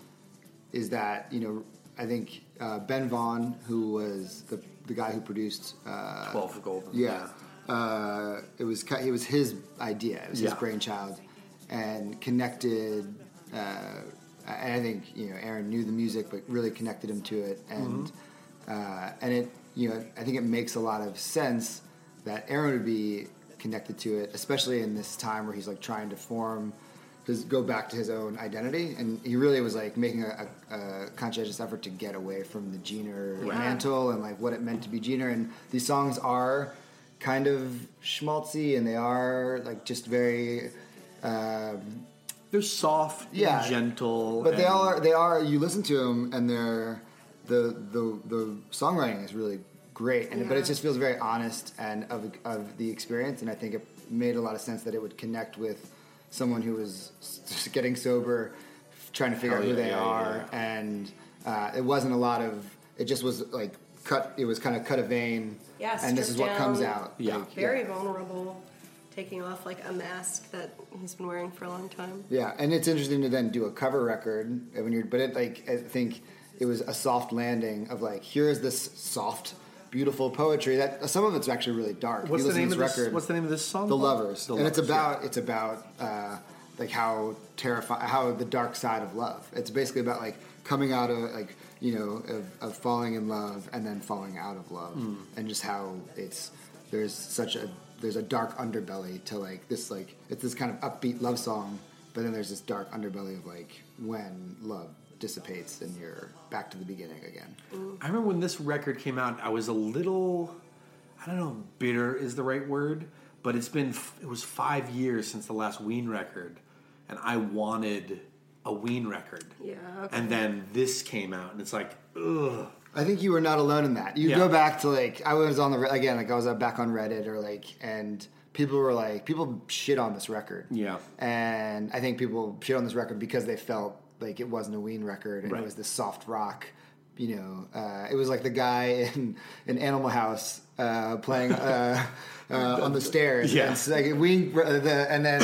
is that you know I think uh, Ben Vaughn, who was the the guy who produced uh,
12 Golden.
Yeah. Uh, it was ki- it was his idea. It was his
Yeah.
brainchild, and connected. Uh, and I think you know Aaron knew the music, but really connected him to it, and uh, and it you know I think it makes a lot of sense that Aaron would be connected to it, especially in this time where he's like trying to form his go back to his own identity, and he really was like making a, a, a conscientious effort to get away from the Jeaner
Yeah.
mantle and like what it meant to be Jeaner. And these songs are kind of schmaltzy, and they are like just very. Um,
They're soft, and
Yeah.
gentle,
but they
and-
all are. They are. You listen to them, and they're the the the songwriting is really great, and but
Yeah.
it just feels very honest and of of the experience. And I think it made a lot of sense that it would connect with someone who was s- getting sober, trying to figure
Hell
out who
Oh, yeah,
they
yeah, yeah,
are,
yeah.
and uh, it wasn't a lot of. It just was like cut. It was kind of cut a vein.
Yeah,
and this is what
stripped
comes
down.
out.
Yeah.
like,
Very vulnerable, taking off like a mask that he's been wearing for a long time.
Yeah, and it's interesting to then do a cover record when you're, but it like I think it was a soft landing of like here is this soft, beautiful poetry that some of it's actually really dark. If
What's
you
the
listen
name
to
of
this
this?
record?
What's the name of this
the
song? called?
lovers,
The
and it's
Lovers, yeah.
about it's about uh, like how terrifying, how the dark side of love. It's basically about like coming out of like you know of, of falling in love and then falling out of love,
Hmm.
and just how it's there's such a there's a dark underbelly to like this like it's this kind of upbeat love song, but then there's this dark underbelly of like when love dissipates and you're back to the beginning again.
I remember when this record came out, I was a little, I don't know, if bitter is the right word, but it's been, f- it was five years since the last Ween record, and I wanted a Ween record.
Yeah, okay.
And then this came out, and it's like, ugh.
I think you were not alone in that. You
Yeah.
go back to like I was on the re- again, like I was uh, back on Reddit or like, and people were like, people shit on this record.
Yeah.
and I think people shit on this record because they felt like it wasn't a Ween record and
Right.
it was this soft rock. You know, uh, it was like the guy in in Animal House uh, playing uh, uh, on the stairs.
Yeah.
And it's like Ween, uh, the, and then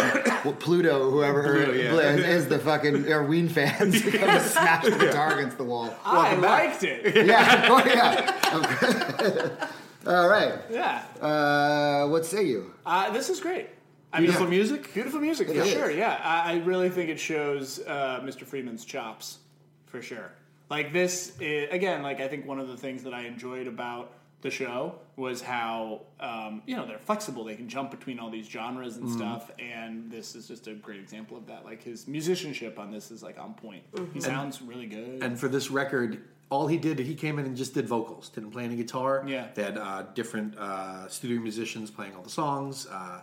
Pluto, whoever
Pluto, yeah.
Bla- is the fucking or Ween fans who come to smash the guitar against the wall.
I liked it.
Yeah. Oh, yeah. All right.
yeah.
Uh, what say you?
Uh, this is great. I
Beautiful
mean,
music?
Beautiful music, for
is.
sure. Yeah, I, I really think it shows uh, Mr. Freeman's chops, for sure. Like this i again. Like I think one of the things that I enjoyed about the show was how um, you know they're flexible. They can jump between all these genres
Mm-hmm.
and stuff. And this is just a great example of that. Like his musicianship on this is like on point.
Mm-hmm.
He sounds really good.
And for this record, all he did, he came in and just did vocals, didn't play any guitar.
Yeah.
They had uh, different uh, studio musicians playing all the songs. Uh,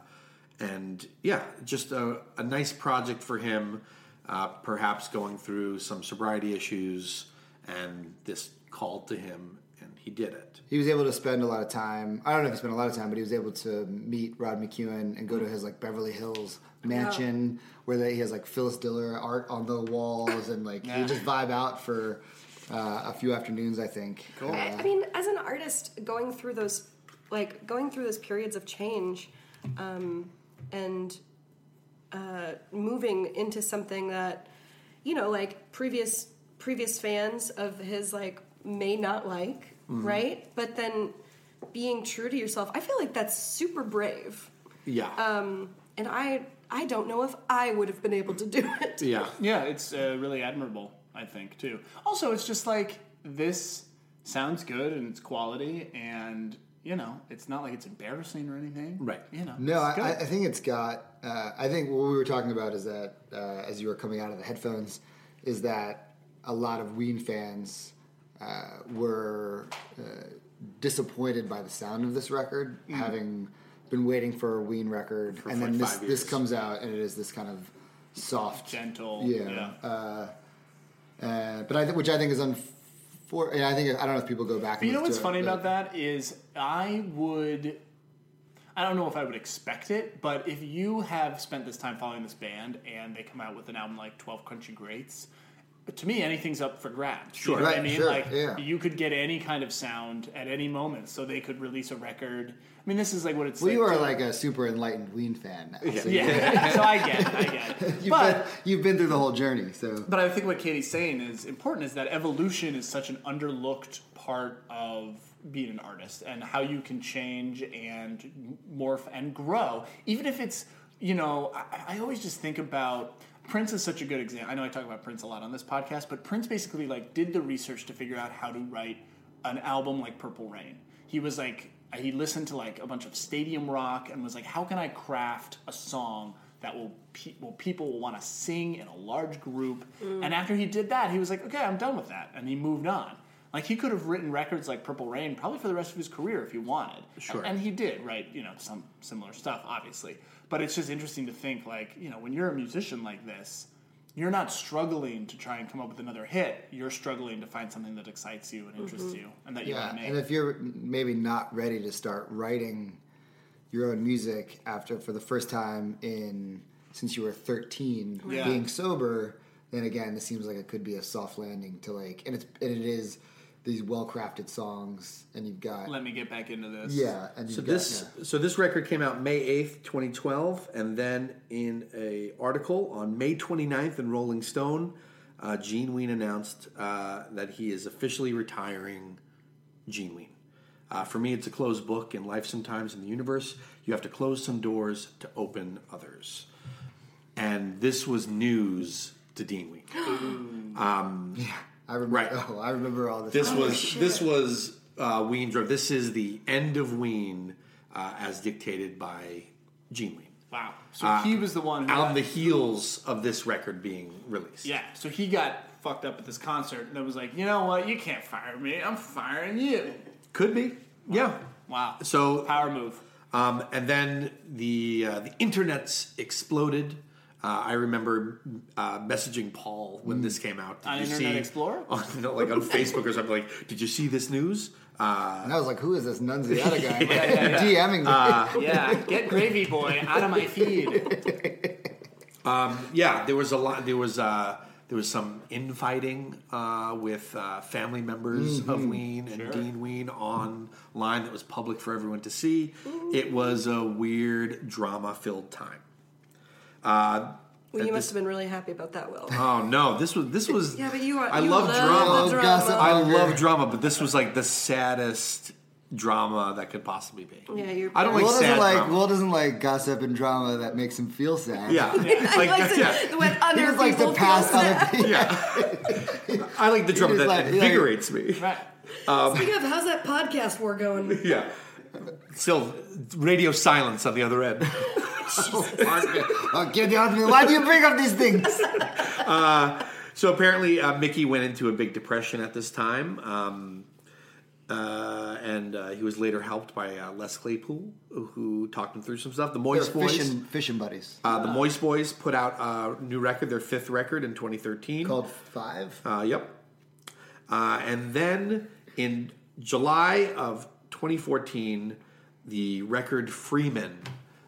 and yeah, just a, a nice project for him, uh, perhaps going through some sobriety issues, and this called to him, and he did it.
He was able to spend a lot of time. I don't know if he spent a lot of time, but he was able to meet Rod McEwen and go to his like Beverly Hills mansion where they, he has like Phyllis Diller art on the walls and like he just vibe out for uh, a few afternoons, I think. Cool.
I, I mean, as an artist, going through those, like going through those periods of change, um, and uh, moving into something that, you know, like previous previous fans of his like may not like,
Mm-hmm.
right? But then being true to yourself, I feel like that's super brave,
Yeah.
Um, and I I don't know if I would have been able to do it.
Yeah.
Yeah, it's uh, really admirable, I think, too. Also, it's just like this sounds good and it's quality, and you know, it's not like it's embarrassing or anything,
Right.
You know,
No, I,
it's
I
good.
I think it's got. Uh, I think what we were talking about is that uh, as you were coming out of the headphones, is that a lot of Ween fans uh, were uh, disappointed by the sound of this record,
Mm-hmm.
having been waiting for a Ween record,
For
and then
like
this
five
this
years.
comes out, and it is this kind of soft,
gentle,
yeah. Uh, but I think which I think is unfor- and I think I don't know if people go back.
But you know what's funny about that is I would. I don't know if I would expect it, but if you have spent this time following this band and they come out with an album like 12 Country Greats, to me, anything's up for grabs. Sure. You know what I
Right,
mean?
sure,
like,
yeah.
you could get any kind of sound at any moment, so they could release a record. I mean, this is like what it's
Well,
like.
you are
to-
like a super enlightened Ween fan now. so you-
Yeah, so I get it, I get it.
You've,
but,
been, you've been through the whole journey, so
But I think what Katie's saying is important is that evolution is such an underlooked part of being an artist and how you can change and morph and grow. Even if it's, you know, I, I always just think about Prince is such a good example. I know I talk about Prince a lot on this podcast, but Prince basically like did the research to figure out how to write an album like Purple Rain. He was like he listened to like a bunch of stadium rock and was like, how can I craft a song that will pe- will people will want to sing in a large group? And after he did that, he was like, okay, I'm done with that, and he moved on. Like he could have written records like Purple Rain probably for the rest of his career if he wanted.
Sure.
And, and he did write, you know, some similar stuff, obviously. But it's just interesting to think like, you know, when you're a musician like this, you're not struggling to try and come up with another hit. You're struggling to find something that excites you and interests you and that you
Yeah,
want to make.
and if you're maybe not ready to start writing your own music after for the first time in since you were 13
Yeah.
being sober, then again, this seems like it could be a soft landing to like, and it's and it is these well crafted songs, and you've got
Let me get back into this.
yeah, and you've
So
got,
this so this record came out May 8th, 2012 and then in a article on May 29th in Rolling Stone, uh, Gene Ween announced uh, that he is officially retiring Gene Ween. Uh, for me, it's a closed book in life sometimes in the universe. You have to close some doors to open others. And this was news to Dean Ween.
yeah. I remember.
right.
Oh, I remember all this.
This was this was uh, Ween Drove. This is the end of Ween uh, as dictated by Gene Ween.
Wow. So he was the one who.
On the heels of this record being released.
yeah. So he got fucked up at this concert and was like, you know what? You can't fire me. I'm firing you.
Could be. Yeah.
Wow.
So
Power move.
Um, and then the uh, the internet's exploded. Uh, I remember uh, messaging Paul when this came out. Did
Hmm. On
you
Internet
see-
Explorer?
on, no, like on Facebook or something. Like, did you see this news? Uh,
and I was like, "Who is this Nunziata guy?" DMing me.
Uh,
Yeah. get gravy boy out of my feed.
yeah, there was a lot. There was uh, there was some infighting uh, with uh, family members of Ween and Dean Ween online that was public for everyone to see. It was a weird drama filled time.
Well,
At
you
this-
must have been really happy about that, Will.
Oh no, this was this was.
Yeah, but you are.
I
you
love, drama.
the
Oh, gossip.
drama.
I
Longer.
love drama, but this was like the saddest drama that could possibly be.
Yeah, you're-
I don't like
Will
sad
doesn't like
drama.
Will doesn't like gossip and drama that makes him feel sad.
yeah,
I
like,
like to,
yeah,
when other
he just likes
people
to pass
feel
other
sad.
people.
I like the drama
just
that
like- he like-
invigorates me.
Right.
Speaking of, how's that podcast war going?
Yeah, still radio silence on the other end.
Oh, get out of me! Why do you bring up these things?
So apparently, uh, Mickey went into a big depression at this time, um, uh, and uh, he was later helped by uh, Les Claypool, who talked him through some stuff. The Moist Boys.
fishing, fishing buddies
Uh, the Moist Boys put out a new record, their fifth record in 2013.
called Five.
Uh, yep. Uh, and then in July of 2014, the record Freeman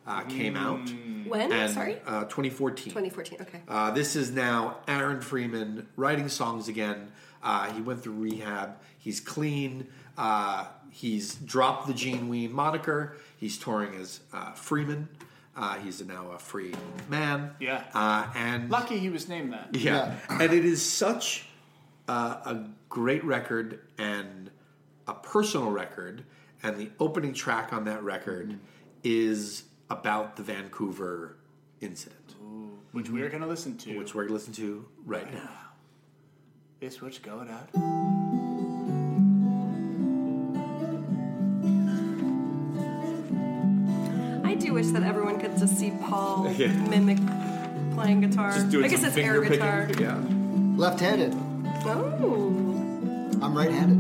uh, came out.
Hmm.
When?
And,
Sorry?
Uh, 2014.
2014. Okay.
Uh, this is now Aaron Freeman writing songs again. Uh, he went through rehab. He's clean. Uh, he's dropped the Gene Ween moniker. He's touring as uh, Freeman. Uh, he's now a free man.
Yeah.
Uh, and
Lucky he was named that.
yeah. and it is such uh, a great record and a personal record. And the opening track on that record is about the Vancouver incident,
which we're going to listen to.
which we're going to listen to right now.
This what's going on.
I do wish that everyone could just see Paul mimic playing guitar. I guess it's air guitar.
Yeah.
Left-handed.
Oh,
I'm right-handed.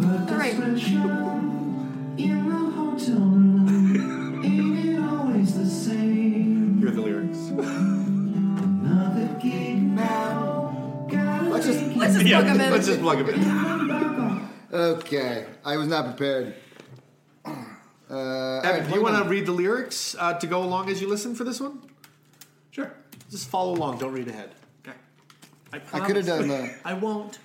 But
All right.
discretion in the hotel room ain't it always the same.
Hear the lyrics.
Another gig now. Gotta
Let's just-
make it
let's just plug him in.
Let's just plug them in.
bye-bye.
Okay, I was not prepared. Uh,
Evan, do you want to read the lyrics uh, to go along as you listen for this one?
Sure.
Just follow along. Don't read ahead.
Okay. I,
I could have done the
I won't.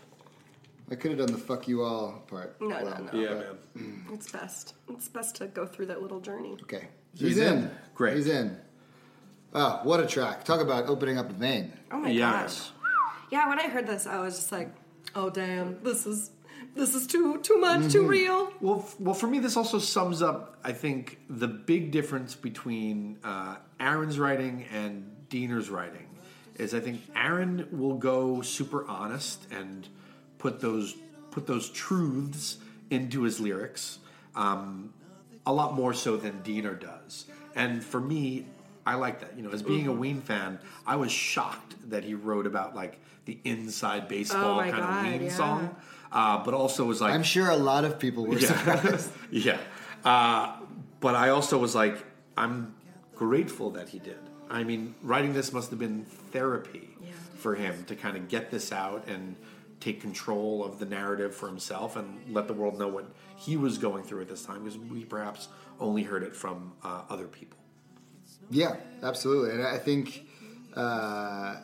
I could have done the fuck you all part.
No, no, no.
Yeah, man.
Oh It's best. It's best to go through that little journey.
Okay,
He's in. Great.
He's in. Oh, what a track! Talk about opening up a vein.
Oh my
Yeah.
gosh. Yeah, when I heard this, I was just like, "Oh damn, this is this is too too much,
Mm-hmm.
too real."
Well, f- well, for me, this also sums up, I think, the big difference between uh, Aaron's writing and Diener's writing. Is I think Aaron will go super honest and put those put those truths into his lyrics, um, a lot more so than Diener does. And for me, I like that. You know, as being a
Mm-hmm.
Ween fan, I was shocked that he wrote about like the inside baseball
Oh my
kind
God,
of Ween
yeah.
song, uh, but also was like
I'm sure a lot of people were surprised.
yeah. Uh, but I also was like, I'm grateful that he did. I mean, writing this must have been therapy for him to kind of get this out and take control of the narrative for himself and let the world know what he was going through at this time because we perhaps only heard it from uh, other people.
Yeah, absolutely. And I think uh,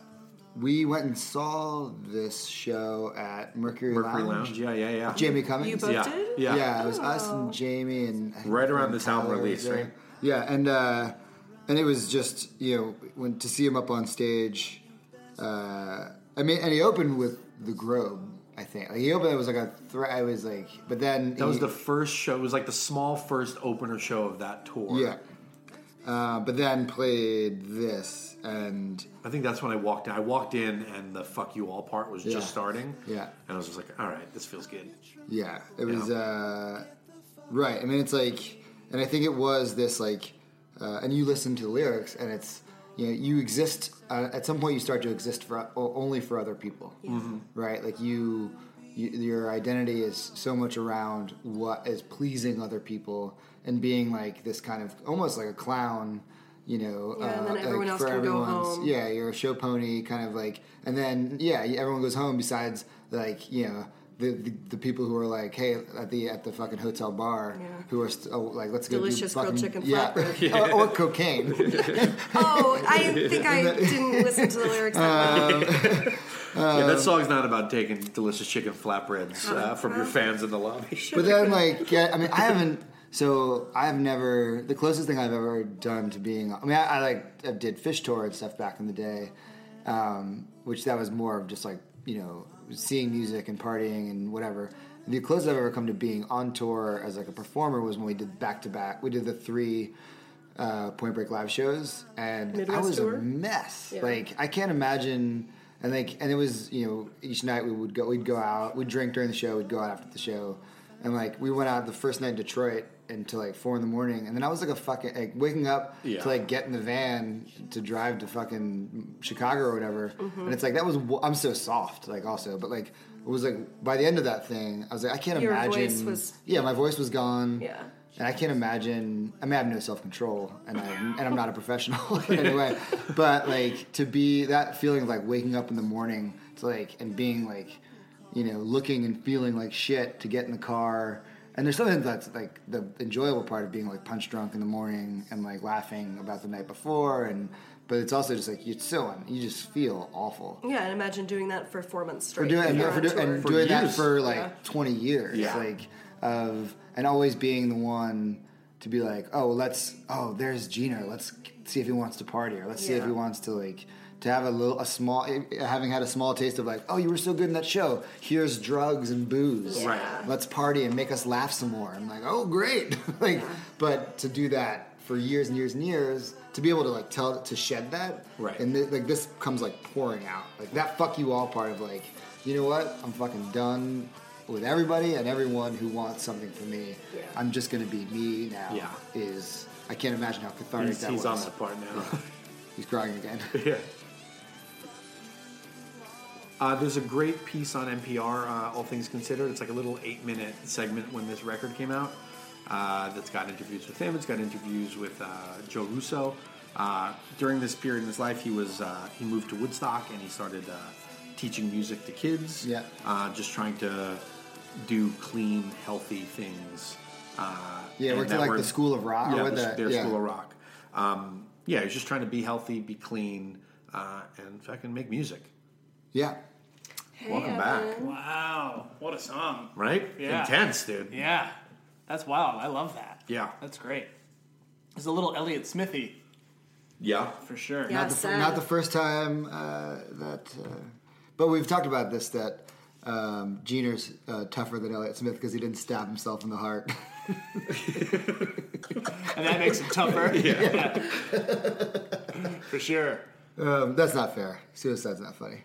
we went and saw this show at Mercury,
Mercury Lounge, yeah, yeah, yeah.
Jamie Cummings.
You both Oh.
yeah,
did?
yeah.
Yeah, it was us and Jamie and I think
Right around
Glenn
this album
Tyler was
release,
there.
right?
Yeah, and uh, and it was just you know when to see him up on stage. Uh, I mean, and he opened with the Grove. I think like, he opened. It was like a threat. I was like, but then
That was
he-
the first show. It was like the small first opener show of that tour.
yeah. Uh, but then played this, and
I think that's when I walked in. I walked in and the fuck you all part was
Yeah.
just starting.
Yeah.
And I was just like, all right, this feels good.
Yeah, it was uh, right. I mean, it's like, and I think it was this like, uh, and you listen to the lyrics, and it's you know you exist uh, at some point you start to exist for o- only for other people,
Mm-hmm.
right? Like you, you, your identity is so much around what is pleasing other people and being like this kind of almost like a clown. You know,
Yeah, and
uh,
then
like,
everyone else
for
can go
everyone's-
home.
Yeah, you're a show pony, kind of like, and then yeah, everyone goes home. Besides, like you know, the, the, the people who are like, hey, at the at the fucking hotel bar,
Yeah.
who are st- oh, like, let's go do
Delicious grilled
fucking-
chicken
yeah, or,
flatbread.
or cocaine.
Oh, I think I didn't listen to the lyrics that
Uh,
well.
yeah,
Um,
that song's not about taking delicious chicken flatbreads uh, from your fans in the lobby.
but then like yeah, I mean I haven't so I've never the closest thing I've ever done to being I mean I, I like I did fish tour and stuff back in the day um, which that was more of just like you know seeing music and partying and whatever the closest I've ever come to being on tour as like a performer was when we did back to back we did the three uh, Point Break live shows and I
Midwest
was
tour?
a mess
Yeah.
like I can't imagine and like and it was you know each night we would go we'd go out we'd drink during the show we'd go out after the show and like we went out the first night in Detroit until like four in the morning and then I was like a fucking like waking up
Yeah.
to like get in the van to drive to fucking Chicago or whatever
Mm-hmm.
and it's like that was wh- I'm so soft like also but like it was like by the end of that thing I was like I can't
Your
imagine
voice was-
yeah my voice was gone
Yeah.
and I can't imagine. I mean, I have no self control, and I'm and I'm not a professional anyway. But like to be that feeling of like waking up in the morning to like and being like, you know, looking and feeling like shit to get in the car. And there's something that's like the enjoyable part of being like punch drunk in the morning and like laughing about the night before, and but it's also just like it's so un- you just feel awful.
Yeah, and imagine doing that for four months
For
straight.
doing, and,
You're
for
on
do,
tour.
and doing that
years.
for like
Yeah.
20 years
Yeah.
like of and always being the one to be like oh let's oh there's Gina let's see if he wants to party or let's see if
Yeah.
he wants to like to have a little a small eh, having had a small taste of like oh you were so good in that show here's drugs and booze
Right.
let's party and make us laugh some more I'm like oh great like but to do that for years and years and years to be able to like tell to shed that.
Right.
And thi- like this comes like pouring out. Like that fuck you all part of like, you know what? I'm fucking done with everybody and everyone who wants something from me.
Yeah.
I'm just gonna be me now.
Yeah.
Is I can't imagine how cathartic
He's,
that
he's
was.
on that part now.
He's crying again.
yeah. Uh, there's a great piece on NPR, uh, All Things Considered. It's like a little eight minute segment when this record came out uh, that's got interviews with him. It's got interviews with uh, Joe Russo. Uh, during this period in his life, he was uh, he moved to Woodstock and he started uh, teaching music to kids.
Yeah.
Uh, just trying to do clean, healthy things. Uh,
Yeah,
and
worked
that
at like
were-
the School of Rock. or
yeah,
what
the-
the-
their
yeah.
School of Rock. Um, yeah, he's just trying to be healthy, be clean, uh, and fucking make music.
Yeah.
Hey,
Welcome back.
Evan.
Wow, what a song.
Right?
Yeah.
Intense, dude.
Yeah, that's wild. I love that.
Yeah.
That's great. It's a little Elliot Smithy
Yeah.
for sure.
Yeah.
Not the,
sad.
not the first time uh, that, uh, but we've talked about this that um, Jeter's uh, tougher than Elliot Smith because he didn't stab himself in the heart.
And that makes it tougher. yeah. for sure.
um, that's not fair. Suicide's not funny.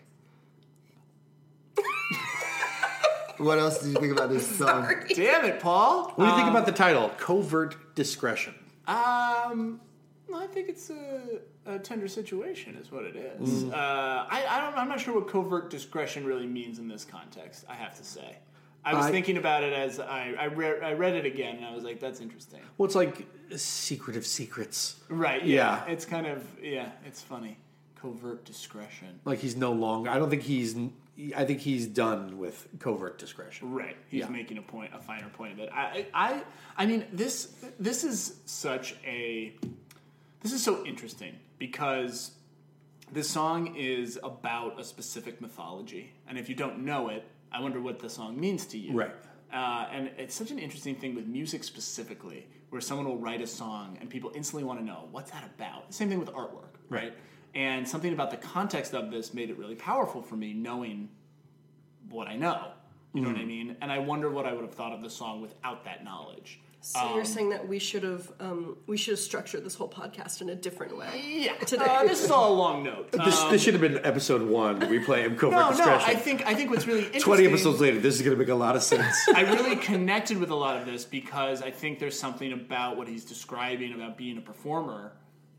what else did you think about this song?
Damn it, Paul.
What do you think about the title? Covert discretion.
Um, well, I think it's a, a tender situation, is what it is.
Mm.
Uh, I, I don't, I'm not sure what covert discretion really means in this context. I have to say, I was
I-
thinking about it as I I, re- I read it again, and I was like, that's interesting.
Well, it's like secret of secrets.
Right? Yeah.
Yeah.
It's kind of yeah. It's funny. Covert discretion.
Like he's no longer. I don't think he's. I think he's done with covert discretion.
Right. He's
Yeah.
making a point, a finer point of it. I, I, I mean, this, this is such a, this is so interesting because this song is about a specific mythology, and if you don't know it, I wonder what the song means to you.
Right.
Uh, and it's such an interesting thing with music specifically, where someone will write a song and people instantly want to know what's that about. Same thing with artwork, right?
Right.
And something about the context of this made it really powerful for me, knowing what I know. You know what I
Mm-hmm.
mean? And I wonder what I would have thought of the song without that knowledge.
So
Um,
you're saying that we should have um, we should have structured this whole podcast in a different way.
Yeah,
Today.
Uh, this is all a long note.
This,
Um,
this should have been episode one. We play him covert
no, no.
discretion.
I think I think what's really interesting,
Twenty episodes later, this is going to make a lot of sense.
I really connected with a lot of this because I think there's something about what he's describing about being a performer.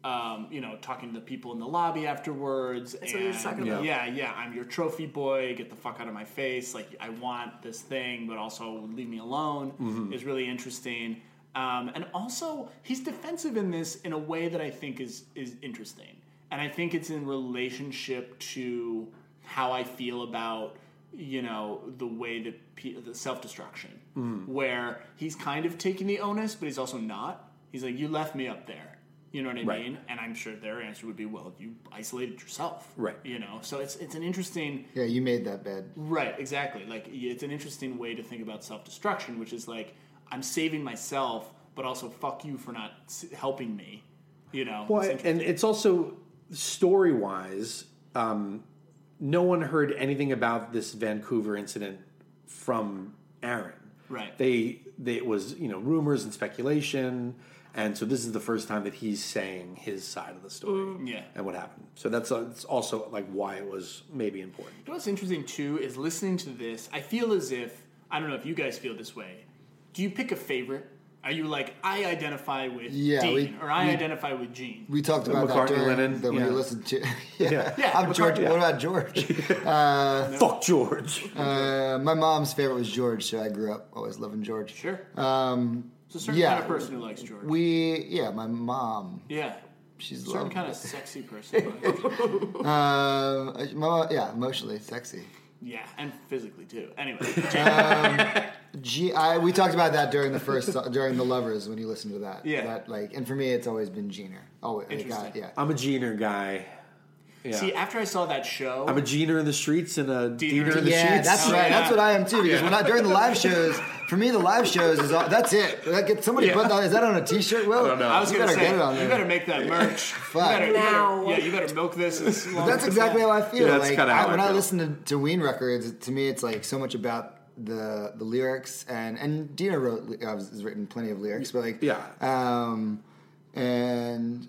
Um, you know, talking to the people in the lobby afterwards.
That's what
and,
we were just talking
about.
Yeah, yeah. I'm your trophy boy. Get the fuck out of my face. Like I want this thing, but also leave me alone.
Mm-hmm.
Is really interesting. Um, and also, he's defensive in this in a way that I think is is interesting. And I think it's in relationship to how I feel about you know the way that pe- the self destruction,
Mm-hmm.
where he's kind of taking the onus, but he's also not. He's like, you left me up there. You know what I
Right.
mean? And I'm sure their answer would be, well, you isolated yourself.
Right.
You know, so it's it's an interesting
Yeah, you made that bed.
Right, exactly. Like y- it's an interesting way to think about self-destruction, which is like I'm saving myself, but also fuck you for not s- helping me. You know.
Well,
It's
and it's also story wise, um, no one heard anything about this Vancouver incident from Aaron.
Right.
They, they it was you know rumors and speculation, and so this is the first time that he's saying his side of the story
Yeah.
and what happened. So that's, uh, that's also like why it was maybe important.
You know what's interesting too is listening to this. I feel as if I don't know if you guys feel this way. Do you pick a favorite? Are you like I identify with
Yeah,
Dean
we-
or I
we-
identify with Gene?
We talked about
McCartney
that during
Lennon,
that when
yeah.
you listened to. yeah.
Yeah,
I'm George.
McCartney,
What about George?
Fuck George.
uh, my mom's favorite was George, so I grew up always loving George.
sure.
Um,
It's a certain
yeah.
kind of person who likes George.
we yeah, my mom.
yeah.
She's
Certain
loved.
kind of sexy person. who likes George.
Um, my mom- yeah, emotionally sexy.
yeah, and physically too. Anyway,
G- I, we talked about that during the first during the lovers when you listened to that.
Yeah.
That like, and for me, it's always been Jeaner. Always. Like,
Interesting.
I, yeah.
I'm a Jeaner guy. Yeah.
see, after I saw that show,
I'm a Jeaner in the streets and a Diener in the
yeah,
sheets.
that's
Oh,
right.
yeah.
That's what I am too. Because we're not during the live shows. For me, the live shows is all, that's it. That gets, somebody
Yeah.
put that. Is that on a T-shirt? Will?
I don't know.
I was
You
gonna
better
say,
get it on
you
there.
better make that merch. You better, you better-
Now.
yeah, you better milk this. As long
That's
as-
exactly how I feel.
Yeah, that's
like
kinda
I,
how I
when I
feel.
listen to, to Ween records, to me, it's like so much about the the lyrics and and Dina wrote uh, has written plenty of lyrics, but like
Yeah.
um, and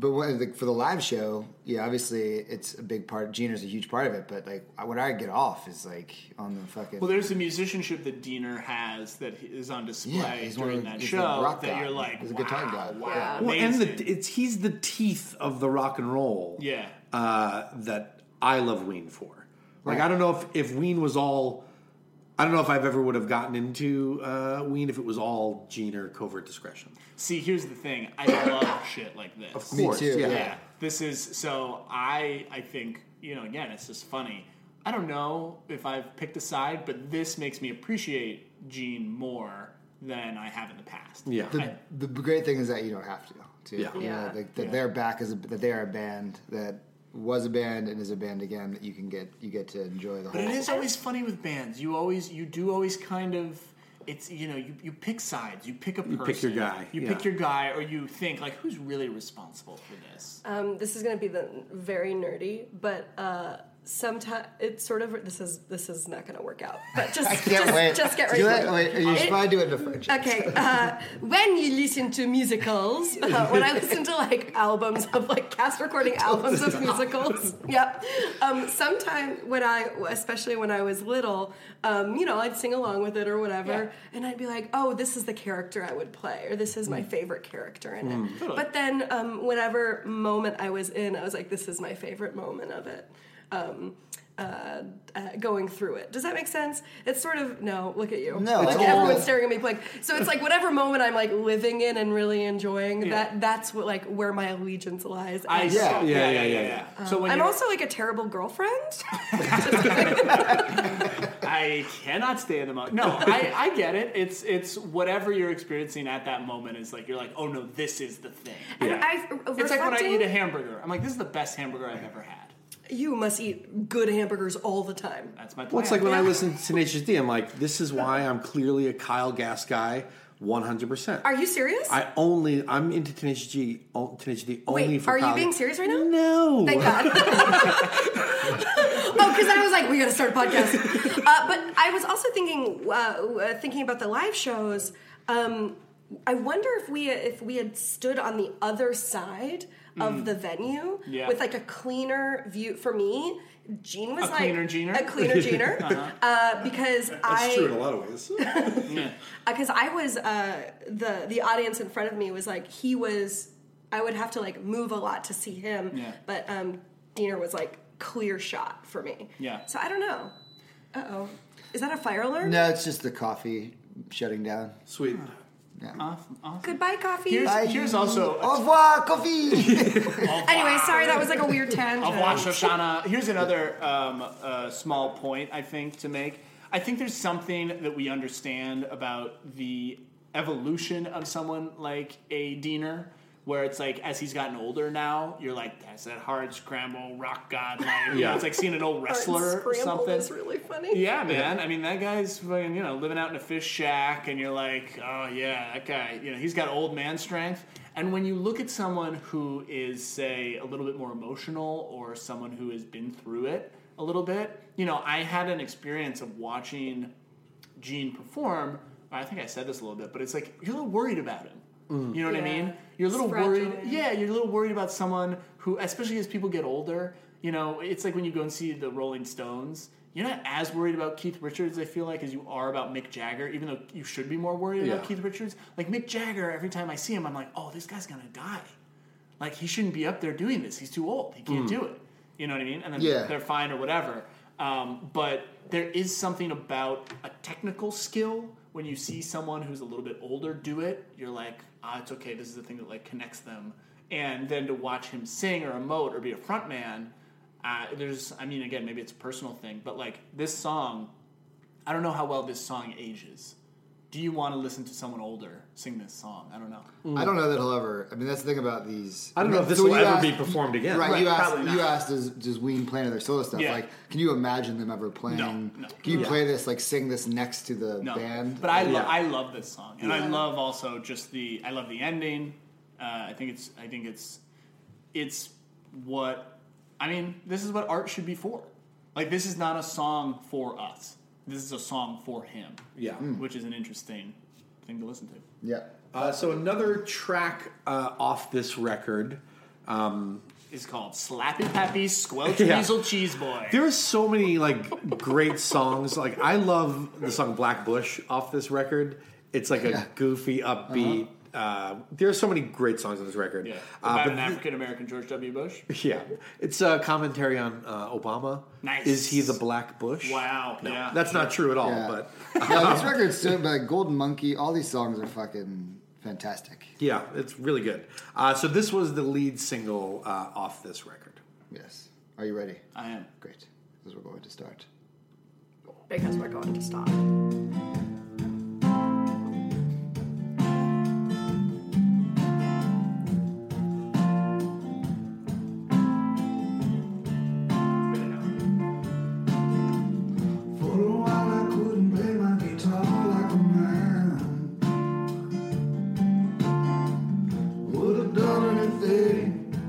but when, like, for the live show, yeah, obviously it's a big part. Gina's a huge part of it, but like I- when I get off is like on the fucking.
Well, there's the musicianship that Diener has that is on display
Yeah, he's one of
during
the-
that
he's the
show.
rock
that
guy.
you're like,
He's a
wow,
guitar guy.
Wow,
Yeah.
Well, and
amazing.
the, it's he's the teeth of the rock and roll.
Yeah.
uh, that I love Ween for. Like
Right.
I don't know if if Ween was all. I don't know if I've ever would have gotten into uh, Ween if it was all Gene or covert discretion.
See, here's the thing. I love shit like this.
Of
Me
course,
too,
yeah.
yeah. This is so I I think, you know, again, it's just funny. I don't know if I've picked a side, but this makes me appreciate Gene more than I have in the past.
Yeah.
the, the great thing is that you don't have to. Too.
Yeah.
You know,
Yeah.
like that
Yeah.
they're back is a, that they are a band that was a band and is a band again that you can get you get to enjoy the whole.
But it is always funny with bands. You always you do always kind of it's you know, you, you pick sides, you pick a person.
pick your guy,
You
yeah.
pick your guy or you think like who's really responsible for this?
Um, this is going to be the very nerdy, but uh, sometimes it's sort of this is this is not going to work out. But just
I can't
just,
wait.
just get
Do
ready.
that, wait, you should
It-
probably do it in a French.
Okay, uh, when you listen to musicals, uh, when I listen to like albums of like cast recording albums of musicals, yep. Um, sometimes when I, especially when I was little, um, you know, I'd sing along with it or whatever,
Yeah.
and I'd be like, oh, this is the character I would play, or this is my favorite character in it. But then, um, whatever moment I was in, I was like, this is my favorite moment of it. Um, uh, uh, going through it. Does that make sense? It's sort of no. Look at you.
No, I
Like,
don't.
everyone's staring at me blank. So it's like whatever moment I'm like living in and really enjoying
Yeah.
that. That's what like where my allegiance lies.
I
And
Yeah.
see.
Yeah, yeah, yeah,
So when
I'm
you're-
also like a terrible girlfriend.
I cannot stay in the moment. No, I, I get it. It's it's whatever you're experiencing at that moment is like you're like, oh no, this is the thing.
Yeah.
And I,
It's like when I
reflecting-
eat a hamburger. I'm like, this is the best hamburger I've ever had.
You must eat good hamburgers all the time.
That's my plan.
Well, it's like when I
Yeah.
listen to Tenacious D, I'm like, this is why I'm clearly a Kyle Gas guy, 100. percent
Are you serious?
I only I'm into Tenacious D, o- Tenacious D only
Wait,
for.
are
Kyle
you being serious right now?
No.
Thank God. oh, because I was like, we got to start a podcast. Uh, but I was also thinking, uh, uh, thinking about the live shows. Um, I wonder if we if we had stood on the other side of the venue
Mm. Yeah.
with like a cleaner view for me. Gene was
A
like
cleaner Uh-huh. Jeaner?
a cleaner Jeaner, uh because I
lot of ways.
because I was uh, the the audience in front of me was like he was I would have to like move a lot to see him,
Yeah.
but um, Diener was like clear shot for me.
Yeah.
So I don't know. Uh oh, is that a fire alarm?
No, it's just the coffee shutting down.
Sweet.
Off- off.
Goodbye, coffee.
Here's-
Bye.
Here's also-
au revoir, coffee.
Anyway, sorry that was like a weird tangent.
I've watched Shoshana. Here's another um, uh, small point I think to make. I think there's something that we understand about the evolution of someone like a Diener, where it's like as he's gotten older now, you're like that's that hard scramble rock god life.
Yeah.
Yeah. It's like seeing an old wrestler or something.
is really funny.
Yeah, man. I mean, that guy's fucking, you know, living out in a fish shack, and you're like, oh, yeah, that guy, you know, he's got old man strength. And when you look at someone who is, say, a little bit more emotional or someone who has been through it a little bit, you know, I had an experience of watching Gene perform. I think I said this a little bit, but it's like, you're a little worried about him. You know what I
Yeah.
mean? You're a little
Fragile,
worried.
yeah.
Yeah, you're a little worried about someone who, especially as people get older, you know, it's like when you go and see the Rolling Stones. You're not as worried about Keith Richards, I feel like, as you are about Mick Jagger, even though you should be more worried
Yeah.
about Keith Richards. Like Mick Jagger, every time I see him, I'm like, oh, this guy's gonna die. Like he shouldn't be up there doing this. He's too old. He can't do it. You know what I mean? And then
Yeah.
they're fine or whatever. Um, but there is something about a technical skill when you see someone who's a little bit older do it. You're like, ah, it's okay. This is the thing that like connects them. And then to watch him sing or emote or be a front man, uh, there's. I mean, again, maybe it's a personal thing, but like this song, I don't know how well this song ages. Do you want to listen to someone older sing this song? I don't know.
I don't know that he'll ever. I mean, that's the thing about these.
I don't know if this
So
will
you
ever
asked-
be performed again.
Right,
Right,
you asked.
probably not.
You asked, does, does Ween play any of their solo stuff?
Yeah.
Like, can you imagine them ever playing?
no.
Can you
Yeah.
play this? Like, sing this next to the
no.
band?
But I, lo-
Yeah.
I love this song, and I
Yeah.
love also just the I love the ending. Uh, I think it's I think it's it's what I mean. This is what art should be for. Like this is not a song for us. This is a song for him,
Yeah.
which is an interesting thing to listen to.
yeah.
Uh, so another track uh, off this record. Um,
It's called Slappy Pappy Squelch Weasel Cheese Boy.
there are so many like great songs. Like I love the song Black Bush off this record. It's like a goofy, upbeat. uh there are so many great songs on this record.
Yeah.
Uh,
About
but
an African American George W. Bush.
yeah, it's a commentary on uh, Obama.
Nice.
Is he the Black Bush?
Wow.
No,
yeah.
that's not true at all.
Yeah.
But
yeah, this record's so like Golden Monkey. All these songs are fucking fantastic.
yeah, it's really good. Uh, so this was the lead single uh, off this record.
Yes. Are you ready?
I am.
Great. Because we're going to start.
because we're going to stop.
For a while I couldn't play my guitar like a man. Would have done anything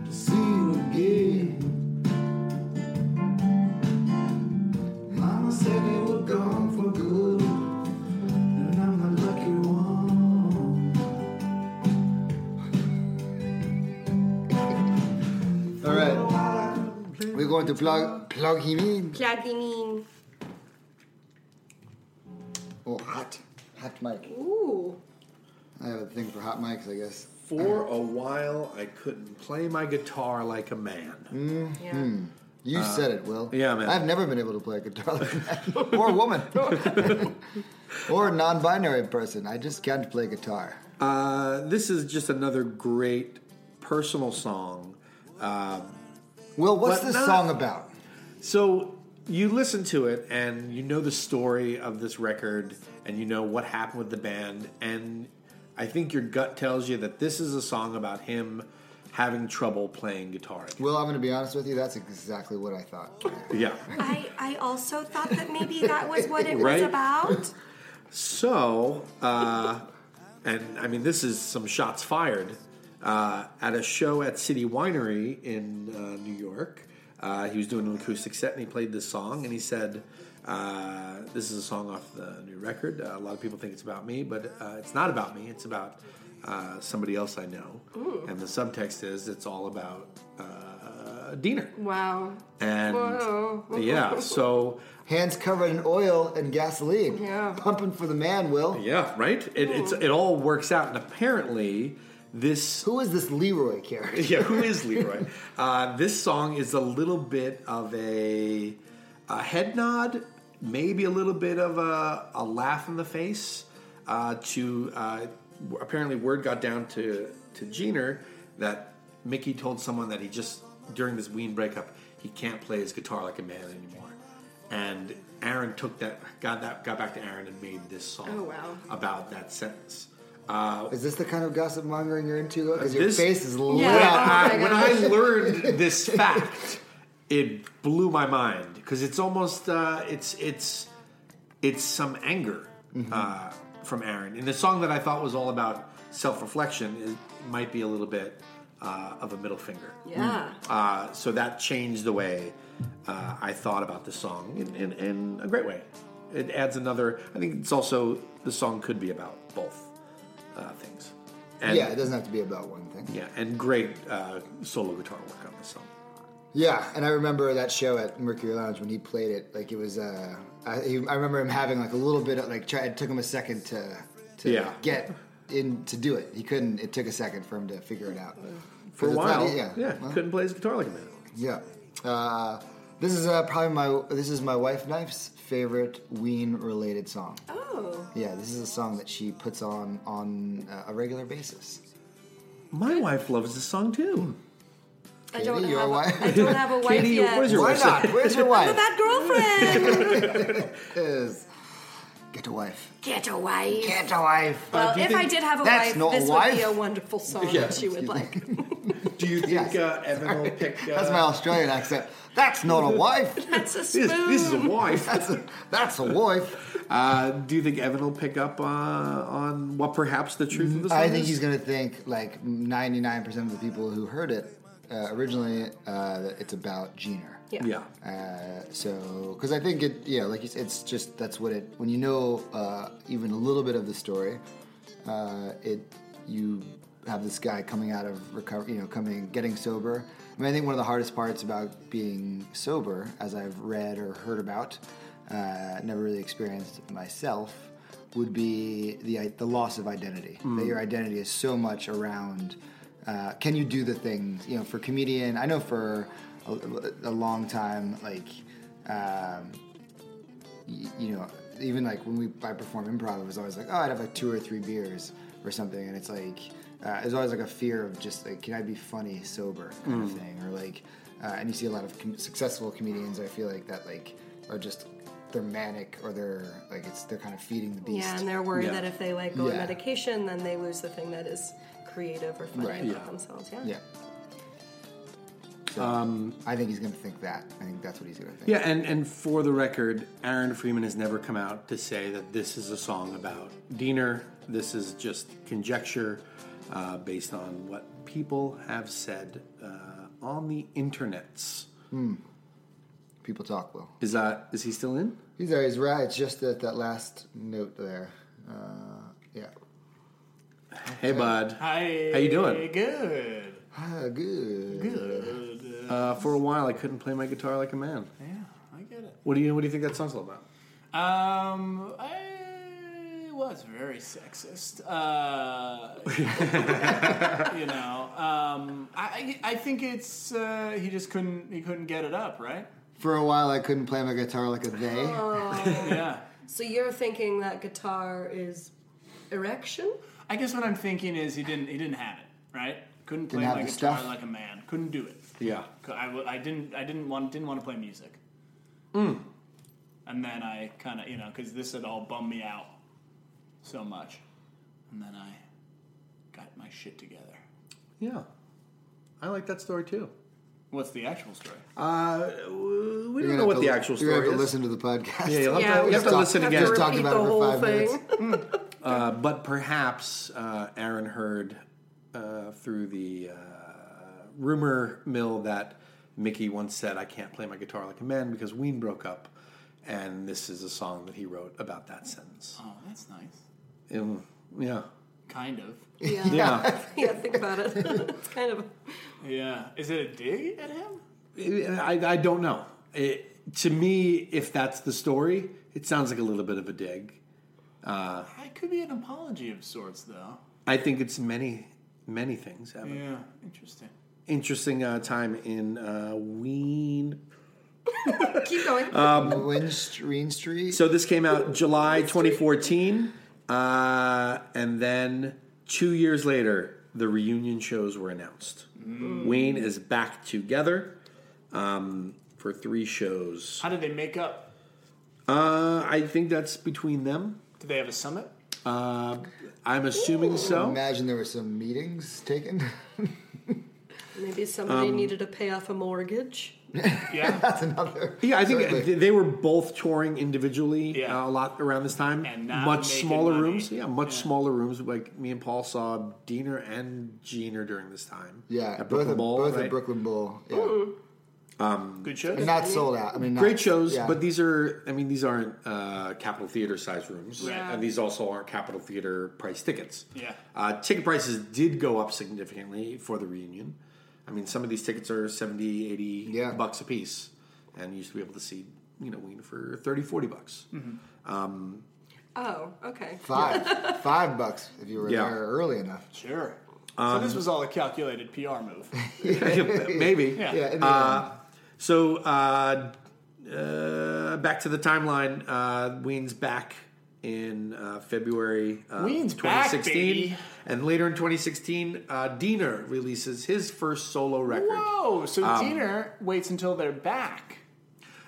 to see you again. Mama said you were gone for good, and I'm the lucky one.
All right.
While I couldn't play
We're going to plug plug him in.
Plugging in.
Oh, hot, hot mic.
Ooh.
I have a thing for hot mics, I guess.
For a while, I couldn't play my guitar like a man.
Yeah.
You said it, Will.
Uh, yeah, man.
I've never been able to play a guitar like that. or a woman. or a non binary person. I just can't play guitar.
Uh, this is just another great personal song.
Will, what's
But
this
not-
song about?
So you listen to it and you know the story of this record and you know what happened with the band and I think your gut tells you that this is a song about him having trouble playing guitar. again.
Will, I'm going to be honest with you. That's exactly what I thought.
Yeah.
I, I also thought that maybe that was what it
Right?
was about.
So, uh, and I mean, this is some shots fired. Uh, at a show at City Winery in uh, New York, uh, he was doing an acoustic set and he played this song and he said, uh, This is a song off the new record. Uh, a lot of people think it's about me, but uh, it's not about me. It's about uh, somebody else I know. And the subtext is it's all about uh, Diener.
Wow.
And
Whoa.
yeah, so
Hands covered in oil and gasoline.
Yeah.
Pumping for the man, Will.
Yeah, right. It, it's it all works out, and apparently, this
Who is this Leroy character?
yeah, who is Leroy? uh, this song is a little bit of a, a head nod, maybe a little bit of a, a laugh in the face. Uh, to uh, w- apparently, word got down to to Jeaner that Mickey told someone that he just during this Ween breakup he can't play his guitar like a man anymore, and Aaron took that got that got back to Aaron and made this song
Oh, wow.
about that sentence.
Is this the kind of gossip mongering you're into? Because your
This-
face is lit
Yeah.
up.
I-
Oh my
when I learned this fact, it blew my mind because it's almost uh, it's it's it's some anger uh, from Aaron. And the song that I thought was all about self reflection is might be a little bit uh, of a middle finger.
Yeah.
Uh, so that changed the way uh, I thought about the song in, in, in a great way. It adds another. I think it's also the song could be about both uh, things. And
Yeah, it doesn't have to be about one thing.
yeah, and great uh, solo guitar work on this song.
Yeah, and I remember that show at Mercury Lounge when he played it. Like it was, uh, I, he, I remember him having like a little bit of like. Try, it took him a second to, to
Yeah.
get in to do it. He couldn't. It took a second for him to figure it out.
For a
'Cause it's not- e,
while,
yeah,
yeah,
well,
couldn't play his guitar like a man.
yeah. Uh, this is uh, probably my this is my wife Knife's favorite Ween related song.
Oh.
Yeah, this is a song that she puts on on uh, a regular basis.
My wife loves this song too.
I don't
Katie, your
have.
wife?
A, I don't have a wife
Katie,
yet.
where's your-
Why
Where's
not? Where's your
I'm a
wife?
bad girlfriend.
Is get a wife.
Get a wife.
Get a wife.
well,
do you
if I
think-
did have a
That's
wife,
not
this
a
would be
wife.
a wonderful song
Yeah,
that she would like.
Do you
Yes.
uh, Evan will pick? Uh,
That's my Australian accent. That's not a wife.
That's a spoon.
this, this is a wife.
That's a, that's a wife.
Uh, do you think Evan will pick up uh, on what perhaps the truth of the song
I think
is?
he's going to think like 99% of the people who heard it uh, originally, uh, that it's about Jeaner.
yeah.
Yeah,
Uh, so, because I think it, yeah, like you said, it's just that's what it. When you know uh, even a little bit of the story, uh, it you have this guy coming out of recovery, you know, coming getting sober. I mean, I think one of the hardest parts about being sober, as I've read or heard about, uh, never really experienced myself, would be the the loss of identity. That your identity is so much around. Uh, can you do the things? You know, for comedian, I know for a, a long time, like uh, y- you know, even like when we I perform improv, it was always like, oh, I'd have like two or three beers or something, and it's like uh, there's always like a fear of just like, can I be funny sober kind of thing, or like, uh, and you see a lot of com- successful comedians, I feel like that like are just they're manic or they're like it's they're kind of feeding the beast.
Yeah, and they're worried
Yeah.
that if they like go on
Yeah.
medication, then they lose the thing that is creative or funny
Right.
about
Yeah.
themselves. Yeah.
yeah. So, I think he's gonna think that. I think that's what he's gonna think.
Yeah, and, and for the record, Aaron Freeman has never come out to say that this is a song about Diener. This is just conjecture uh, based on what people have said uh, on the internets.
People talk well.
Is that is he still in?
He's always right. It's just that that last note there. Uh, yeah.
Hey, bud.
Hi.
How you doing?
Good.
Ah, good.
Good.
Uh, for a while, I couldn't play my guitar like a man.
yeah, I get it.
What do you What do you think that song's all about?
Um, I was very sexist. Uh, you know, um, I I I think it's uh, he just couldn't he couldn't get it up, right?
For a while, I couldn't play my guitar like a they.
Oh.
Yeah.
So you're thinking that guitar is erection?
I guess what I'm thinking is he didn't he didn't have it, right? Couldn't play
have
my
the
guitar
stuff.
like a man. Couldn't do it.
Yeah.
I, w- I didn't I didn't want didn't want to play music.
Hmm.
And then I kind of you know because this had all bummed me out so much, and then I got my shit together.
Yeah. I like that story too.
What's the actual story?
Uh, w- we
You're
don't
gonna
know
have
what
to-
the actual
you're gonna
story
have
is.
to listen to the podcast.
Yeah, you'll have
Yeah,
to,
we
you have to
just
listen
talked-
again.
just talked
repeat
about it for
the whole
five
thing.
minutes.
Uh, but perhaps uh, Aaron heard uh, through the uh, rumor mill that Mickey once said, "I can't play my guitar like a man" because Ween broke up, and this is a song that he wrote about that sentence.
Oh, that's nice.
Oh.
Um, yeah,
Kind of.
Yeah.
yeah.
Yeah, think about it. it's kind of
Yeah. Is it a dig at him?
I, I don't know. It, to me, if that's the story, it sounds like a little bit of a dig.
It could be an apology of sorts, though.
I think it's many, many things. Evan.
Yeah. Interesting.
Interesting uh, time in uh, Ween
keep going.
Win Street Street.
So this came out July 2014, uh, and then two years later, the reunion shows were announced. Wayne is back together um, for three shows.
How did they make up?
Uh, I think that's between them.
Did they have a summit?
Uh, I'm assuming so.
Imagine there were some meetings taken.
Maybe somebody needed to pay off a mortgage.
Yeah.
That's another.
Yeah, I think
Certainly.
th- they were both touring individually
Yeah.
uh, a lot around this time.
And not
much
making
smaller
money.
rooms. Yeah, much
Yeah.
smaller rooms. Like me and Paul saw Diener and Jeaner during this time.
Yeah,
at
both,
Brooklyn
at,
Bowl.
both at
right?
Brooklyn Bowl. Yeah.
Good show.
And not sold out. I mean, not,
Great shows,
yeah.
but these are. I mean, these aren't uh, Capitol Theater size rooms,
Yeah.
and these also aren't Capitol Theater price tickets.
Yeah.
uh, ticket prices did go up significantly for the reunion. I mean, some of these tickets are 70, 80
Yeah.
bucks a piece, and you used to be able to see, you know, Ween for 30, 40 bucks.
Oh, okay.
five, five bucks if you were
Yeah.
there early enough.
Sure. so this was all a calculated PR move.
Maybe.
Yeah.
Yeah, in the end.
So uh, uh, back to the timeline. Uh, Ween's back in uh, February uh,
Ween's back,
2016,
baby.
and later in 2016, uh, Diener releases his first solo record.
Whoa! So Diener waits until they're back.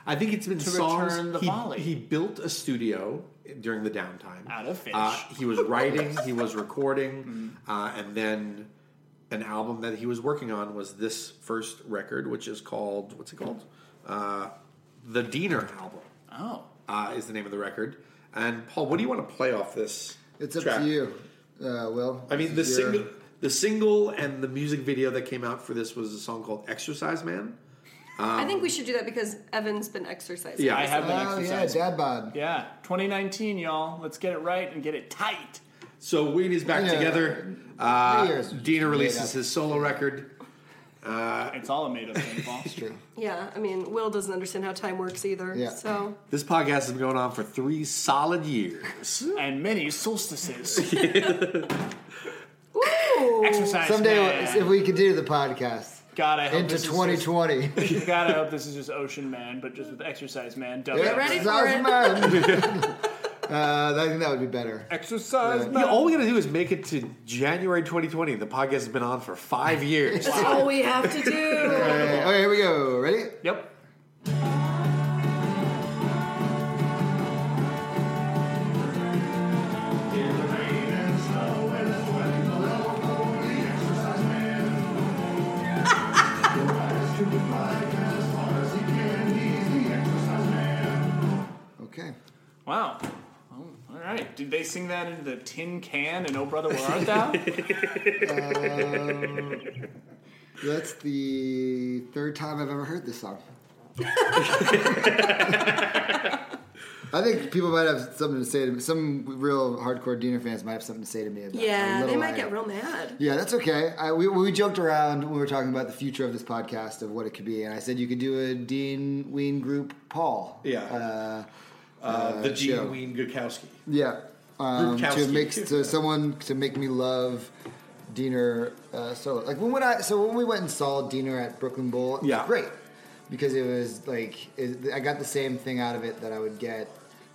I think it's been
To
songs.
return the
he,
volley.
he built a studio during the downtime.
Out of fish. Mm-hmm.
Uh, he was writing, he was recording, uh, and then an album that he was working on was this first record, which is called what's it called? Uh, the Diener album
Oh,
uh, is the name of the record. And Paul, what do you want to play off this?
It's up
track?
to you, uh, Will.
I mean, the
This is your-
single, the single, and the music video that came out for this was a song called "Exercise Man."
I think we
Um,
should do that because Evan's been exercising.
Yeah.
I have been
Oh, yeah,
exercising.
dad bod.
Yeah, 2019, y'all. Let's get it right and get it tight.
So Ween is back
Yeah.
together. Uh,
Three years.
Dina
Made up.
releases his solo record.
It's all a made up thing, Paul.
True.
Yeah, I mean, Will doesn't understand how time works either.
Yeah.
So
This podcast has been going on for three solid years.
and many solstices.
Ooh.
Exercise
Someday,
man.
if we continue the podcast
God, I hope
into
this is
2020,
Just, God, I hope this is just Ocean Man, but just with Exercise Man. Double
Yeah,
ready
it's
for
awesome,
it.
man. uh, I think that would be better.
Exercise
Yeah.
You
Man.
know, all we gotta do is make it to January 2020. The podcast has been on for five years.
That's all we have to do.
Okay, okay, here we go. Ready?
Yep.
Okay.
Wow. Oh, All right. Did they sing that into the tin can and Oh Brother Where Art Thou?
That's the third time I've ever heard this song. I think people might have something to say to me. Some real hardcore Diener fans might have something to say to me about
Yeah,
how
they
little
might
I-
get real mad.
Yeah, that's okay. I, we, we joked around when we were talking about the future of this podcast of what it could be, and I said you could do a Dean Ween group Paul.
Yeah.
Uh,
Uh, the Gene
show.
Ween Gukowski.
yeah. Um, to
Groupkowski.
make to someone to make me love Diener uh, solo. Like when, when I so when we went and saw Diener at Brooklyn Bowl, it was
Yeah.
great because it was like it, I got the same thing out of it that I would get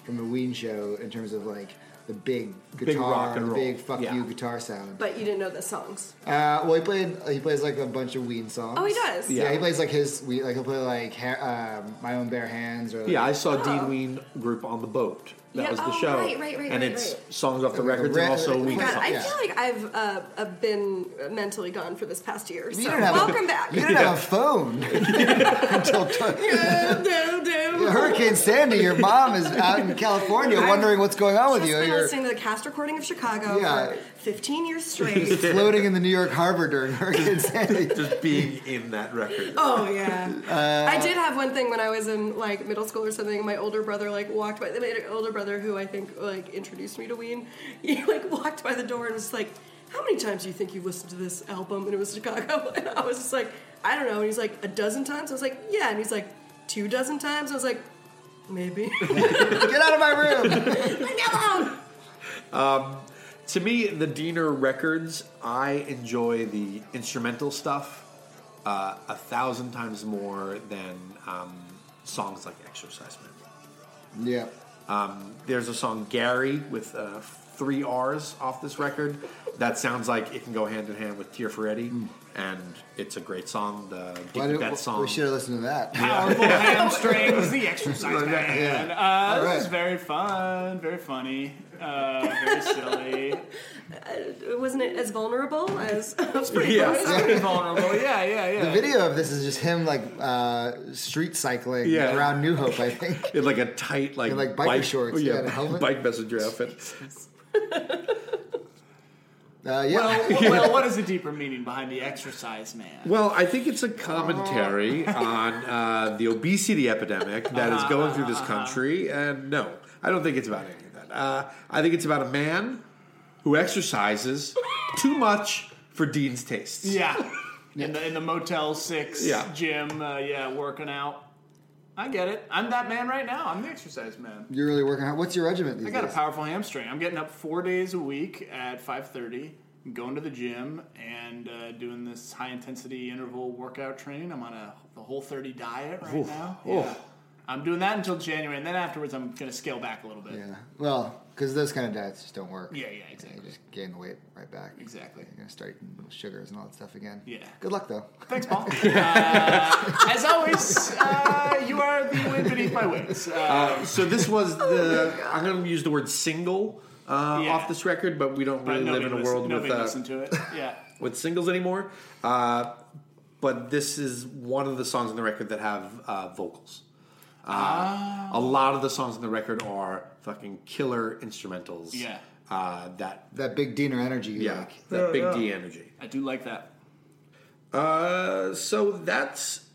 from a Ween show in terms of like the big guitar,
rock and
the
roll.
big fuck
Yeah.
you guitar sound.
But you didn't know the songs.
Uh, well, he played. He plays like a bunch of Ween songs.
Oh, he does?
Yeah,
Yeah.
he plays like his. We like he'll play like ha- um, my own bare hands or like,
Yeah, I saw
Oh.
Dean Ween group on the boat. That
Yeah,
was the
oh,
show.
right, right, right,
And
right,
it's
right.
songs off the
Like a
records
re-
and also
like
Ween
a
God,
songs.
I
Yeah.
feel like I've uh, uh, been mentally gone for this past year. So
You don't have
welcome
a,
back.
You don't have a phone until t-
No, no, no.
Hurricane Sandy. Your mom is out in California
I've
wondering what's going on with
Just
you.
been
You're
listening to the cast recording of Chicago
Yeah.
for 15 years straight.
floating in the New York harbor during Hurricane Sandy.
Just being in that record.
Oh yeah.
Uh,
I did have one thing when I was in like middle school or something. My older brother like walked by my older brother who I think like introduced me to Ween. He like walked by the door and was like, "How many times do you think you've listened to this album?" And it was Chicago, and I was just like, "I don't know." And he's like, "A dozen times." I was like, "Yeah," and he's like, two dozen times." I was like, "Maybe."
Get out of my room.
Leave me alone.
To me, the Diener records, I enjoy the instrumental stuff uh, a thousand times more than um, songs like Exercise Man.
yeah.
There's a song Gary with uh, three R's off this record that sounds like it can go hand in hand with Tear for Eddie, and it's a great song. The
Hmm. Why
Dick
did,
that song.
We should have listened to that.
Powerful hamstrings, the Exercise
Yeah.
Man.
All
Uh,
right.
This is very fun, very funny, uh, very silly.
Wasn't it as vulnerable as? I was pretty
Yeah.
close.
Pretty vulnerable. Yeah, yeah, yeah.
The video of this is just him like uh, street cycling
Yeah.
around New Hope. I think.
In like a tight, like,
In,
Oh,
like, biker shorts, yeah, and a helmet.
bike messenger outfit.
Uh, yeah.
Well, wh- well, what is the deeper meaning behind the Exercise Man?
Well, I think it's a
Oh.
commentary on uh, the obesity epidemic that is going through this
Uh-huh.
country. And no, I don't think it's about any of that. Uh, I think it's about a man who exercises too much for Dean's tastes.
Yeah. In the in the Motel Six
Yeah.
gym, uh, yeah, working out. I get it. I'm that man right now. I'm the Exercise Man.
You're really working hard. What's your regiment these
I got a
days?
powerful hamstring. I'm getting up four days a week at 5:30, going to the gym and uh, doing this high intensity interval workout training. I'm on a the whole 30 diet right
Oof.
now.
Oof.
Yeah. I'm doing that until January, and then afterwards I'm going to scale back a little bit.
Yeah. Well, because those kind of diets just don't work.
Yeah, yeah,
You
exactly.
just gain the weight right back.
Exactly.
You're gonna start eating sugars and all that stuff again.
Yeah.
Good luck though.
Thanks, Paul. Uh, as always, uh, you are the wind beneath my wings. Uh,
So this was the. I'm going to use the word single uh,
Oh Yeah.
off this record, but we don't
but
really live
nobody
in a
listen-
world with
nobody
uh,
listened to it. Yeah.
with singles anymore. Uh, but this is one of the songs on the record that have uh, vocals. Uh, A lot of the songs on the record are fucking killer instrumentals.
Yeah.
Uh, that
That big Diener energy. You
yeah,
Like.
that big D energy.
I do like that.
Uh, so that's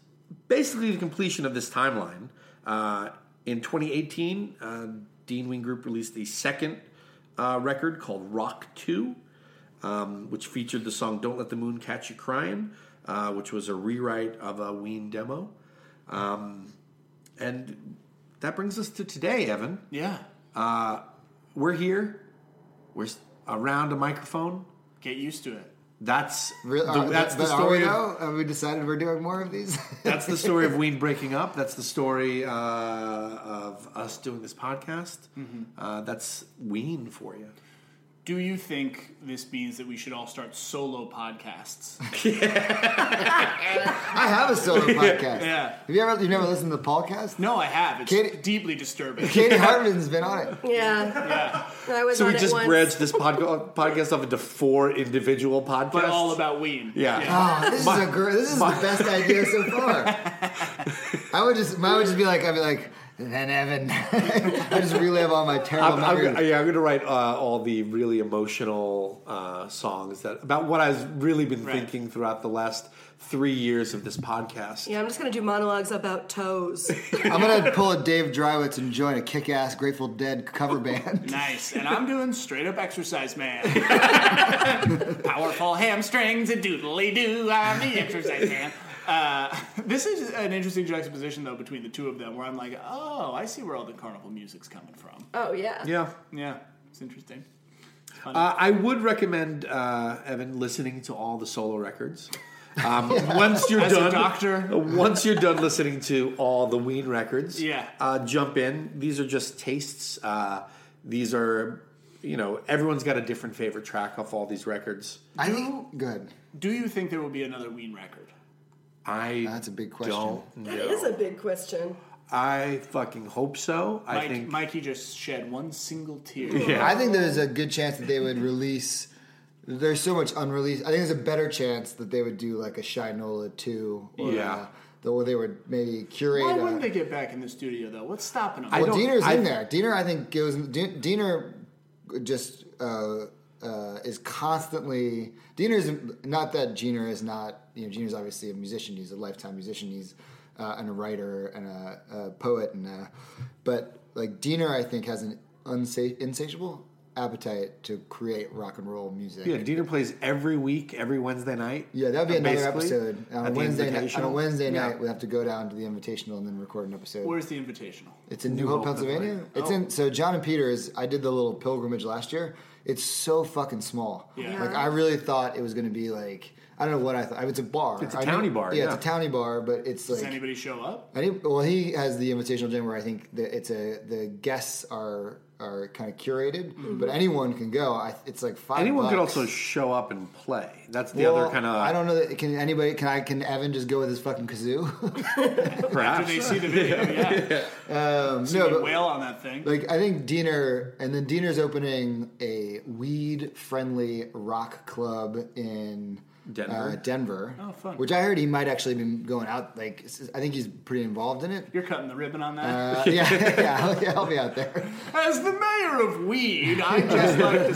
basically the completion of this timeline. Uh, in 2018, uh, Dean Wing Group released the second uh, record called Rock 2, um, which featured the song Don't Let the Moon Catch You Crying, uh, which was a rewrite of a Ween demo. Um, and that brings us to today, Evan.
Yeah.
We're here, we're s- around a microphone.
Get used to it.
That's
Real,
the,
are,
that's
uh, but
the
are we
story. Of,
now? Have we decided we're doing more of these?
that's the story of Ween breaking up. That's the story uh, of us doing this podcast. Uh, that's Ween for you.
Do you think this means that we should all start solo podcasts?
I have a solo podcast.
Yeah.
Have you ever? You never listened to the podcast?
No, I have. It's
Katie-
deeply disturbing.
Katie Hartman's been on it.
Yeah. I was
So
on
we
it
just
once.
branched this podca- podcast off into four individual podcasts.
but all about Ween.
yeah.
Oh, this is a great. This is the best idea so far. I would just. Mine would just be like. I'd be like. Then Evan. I just relive all my terrible
I'm, I'm,
memories.
gonna- yeah, I'm going to write uh, all the really emotional uh, songs that about what I've really been
Right.
thinking throughout the last three years of this podcast.
Yeah, I'm just gonna do monologues about toes.
I'm gonna pull a Dave Drywitz and join a kick-ass Grateful Dead cover band.
Nice. And I'm doing straight up exercise man. Powerful hamstrings and doodly doo. I'm the exercise man. Uh, this is an interesting juxtaposition, though, between the two of them, where I'm like, oh, I see where all the carnival music's coming from.
Oh yeah.
Yeah.
Yeah, it's interesting.
Uh, I would recommend uh, Evan listening to all the solo records. Um, Once you're
As a
done,
doctor.
Once you're done listening to all the Ween records,
Yeah.
uh, jump in. These are just tastes. Uh, these are, you know, everyone's got a different favorite track off all these records.
I think good.
Do you think there will be another Ween record?
I
That's a big question.
Don't
That
know.
is a big question.
I fucking hope so. I
Mike,
think
Mikey just shed one single tear.
I think there's a good chance that they would release. There's so much unreleased. I think there's a better chance that they would do like a Shy Nola two. Or,
Yeah.
Uh, the, or they would maybe curate.
Why
a-
wouldn't they get back in the studio though? What's stopping them?
I
well,
don't-
Diener's
I-
in there. Diener, I think goes. Dien- Diener just uh, uh, is constantly. Diener's not that Diener is not. You know, Diener's obviously a musician. He's a lifetime musician. He's uh, and a writer and a, a poet and a, but like Diener, I think has an unsa- insatiable appetite to create rock and roll music.
yeah, Diener plays every week, every Wednesday night. uh,
Yeah, that'll be another
Basically,
episode on a
at the
Wednesday night. On a
Invitational.
Wednesday
Yeah.
night, we have to go down to the Invitational and then record an episode.
Where's the invitational?
It's in New, Hope, Pennsylvania. It's
Oh.
in so John and Peter's. I did the little pilgrimage last year. It's so fucking small.
Yeah.
Like I really thought it was gonna be like I don't know what I thought. It's a bar.
It's a
I
townie
knew-
bar,
Yeah,
yeah.
it's a townie bar, but it's
Does
like
anybody show up?
I didn't, well, he has the Invitational Gym where I think the, it's a the guests are are kind of curated, but anyone can go. I, it's like five.
Mm-hmm. Anyone could
bucks.
also show up and play. That's the
Well,
other kind of.
I don't know. That, can anybody? Can I? Can Evan just go with his fucking kazoo?
Perhaps.
Do they see the video? Yeah.
Um,
Do they wail on that thing?
Like I think Diener, and then Diener's opening a weed-friendly rock club in
Denver?
Uh, Denver.
Oh, fun.
Which I heard he might actually been going out. Like I think he's pretty involved in it.
You're cutting the ribbon on that.
Uh, yeah, yeah, I'll, yeah, I'll be out there.
As the mayor of Weed, I just like to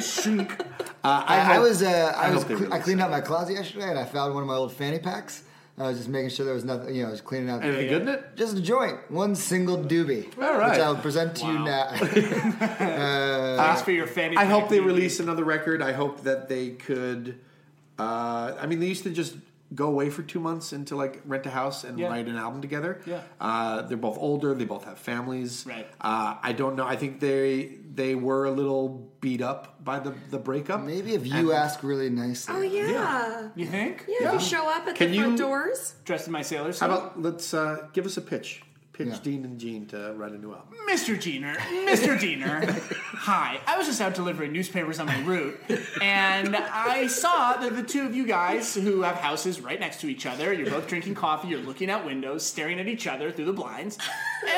shunk.
Uh, I,
I, I
hope-
was, uh, I,
I
was,
hope they
cle- I
release
cleaned out my closet yesterday, and I found one of my old fanny packs. I was just making sure there was nothing. You know, I was cleaning out.
Anything good in it?
Just a joint, one single doobie.
All right.
Which I'll present to you
Wow.
now.
Thanks for your fanny.
I hope
pack,
they
dude.
release another record. I hope that they could. Uh, I mean, they used to just go away for two months and to like rent a house and
Yeah.
write an album together.
Yeah.
Uh, they're both older. They both have families.
Right.
Uh, I don't know. I think they they were a little beat up by the the breakup.
Maybe if you ask really nicely.
Oh yeah.
Yeah.
Yeah.
You think?
If you show up at
Can
the front
you-
doors.
Dressed in my sailor suit.
How about let's uh, give us a pitch. Pitch
Yeah.
Dean and Gene to write a new album.
Mr. Diener, Mr. Diener, hi. I was just out delivering newspapers on my route, and I saw that the two of you guys who have houses right next to each other, you're both drinking coffee, you're looking out windows, staring at each other through the blinds,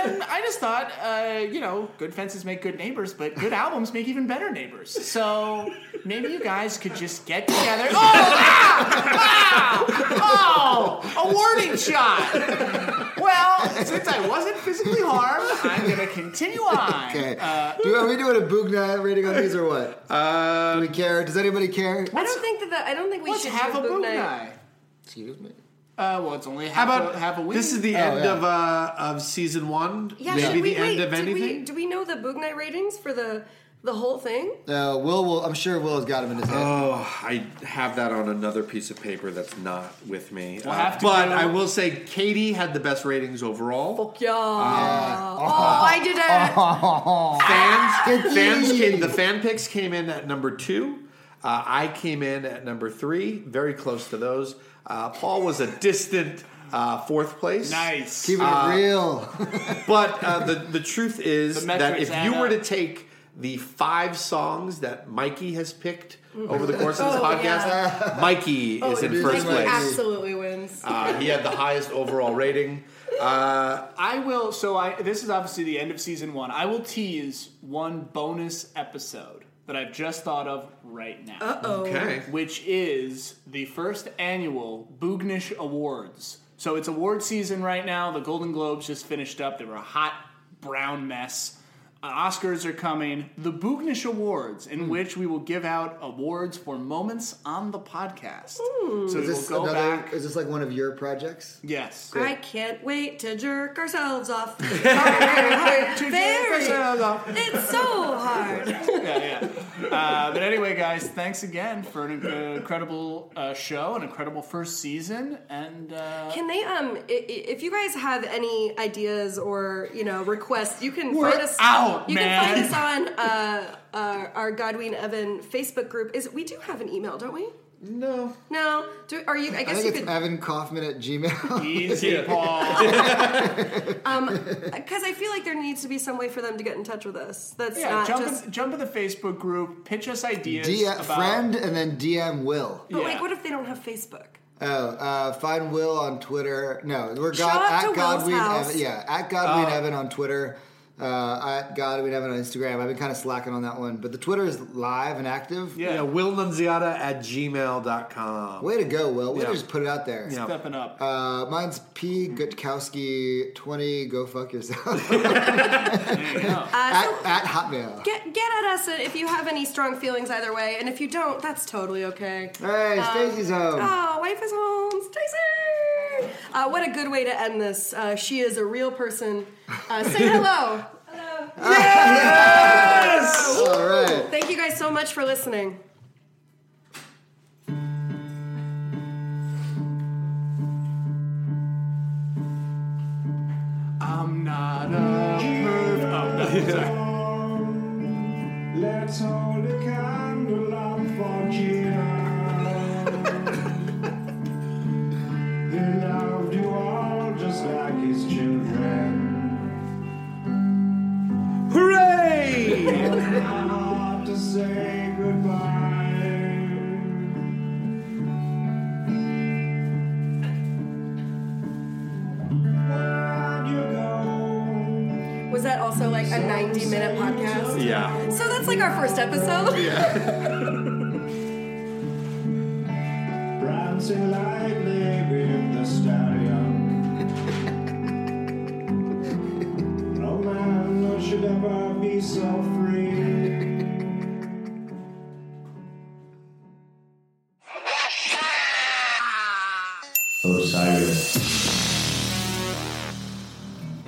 and I just thought, uh, you know, good fences make good neighbors, but good albums make even better neighbors. So maybe you guys could just get together. Oh, ah! Ah! Oh! A warning shot! Well, since I wasn't physically harmed, I'm going to continue on. Uh,
Okay. Do, are we doing a Bugna rating on these or what? Do we care? Does anybody care?
I don't think that. The, I don't think we
Let's
should
have
do
a boot
night.
night.
Excuse me.
Uh, well, it's only half
How about
a, half a week.
This is the end
yeah.
of uh, of season one.
Yeah,
Maybe
should we
the end
wait?
of
did
anything.
we do we know the Boog Night ratings for the The whole thing?
Uh, Will will. I'm sure Will has got him in his head.
Oh, I have that on another piece of paper that's not with me. Uh,
have to
but
go-
I will say Katie had the best ratings overall.
Fuck yeah.
Ah.
Oh, I did it.
Fans, fans came, the fan picks came in at number two. Uh, I came in at number three, very close to those. Uh, Paul was a distant uh, fourth place.
Nice.
Keeping it real.
But uh, the the truth is
The
that
metrics
if you
add
were
up.
to take the five songs that Mikey has picked
Mm-hmm.
over the course of this
Oh,
podcast,
yeah.
Mikey
Oh,
is in
Mikey
first
Mikey.
place.
absolutely wins.
Uh, he had the highest overall rating.
I will. So I. This is obviously the end of season one. I will tease one bonus episode that I've just thought of right now,
Okay.
which is the first annual Boognish Awards. So it's award season right now. The Golden Globes just finished up. They were a hot brown mess. Uh, Oscars are coming. The Boognish Awards, in
Hmm.
which we will give out awards for moments on the podcast. So we
Is
will
this
go
another?
back.
Is this like one of your projects?
Yes.
I can't wait to jerk ourselves off. Very, very. It's so hard.
yeah, yeah. Uh, but anyway, guys, thanks again for an inc- incredible uh, show, an incredible first season, and uh,
Can they um i- i- if you guys have any ideas or you know requests, you can
We're
find us
out,
You
man.
can find us on uh, uh, our Godwin Evan Facebook group. Is we do have an email, don't we?
No.
No, do, are you? I
I
guess you
think it's
could
Evan Kaufman at Gmail.
easy, Paul.
because I feel like there needs to be some way for them to get in touch with us. That's
Yeah,
not
jump
just.
in, jump in the Facebook group, pitch us ideas
DM,
about
friend and then DM Will.
But
Yeah.
like, what if they don't have Facebook?
Oh, uh, find Will on Twitter. No, we're
Shout
God,
out
at
to Will's
Godwin
house.
Evan. Yeah, at Godwin Evan on Twitter. Uh, at Godwin Evan on Instagram. I've been kind of slacking on that one, but the Twitter is live and active.
Yeah.
Yeah, Will Nunziata at gmail.com.
Way to go, Will. Way
Yeah.
to just put it out there.
Yeah.
stepping up.
Uh, mine's P Gutkowski twenty. Go fuck yourself.
There you go.
Uh, so
at, at Hotmail.
get get at us if you have any strong feelings either way, and if you don't, that's totally okay.
Hey, Stacy's home.
Oh, wife is home. Stacy! Uh, what a good way to end this. Uh, she is a real person. Uh, say hello. hello.
All right.
Thank you guys so much for listening.
I'm not a perv. Oh, no, sorry.
Let's hold a candle up for Gina. he loved you all just like his children.
Hooray!
Hard to say goodbye. Where'd you go?
Was that also like a 90 minute podcast?
yeah.
So that's like our first episode.
Prancing lightly with the stallion. no man should ever be so free. Osiris.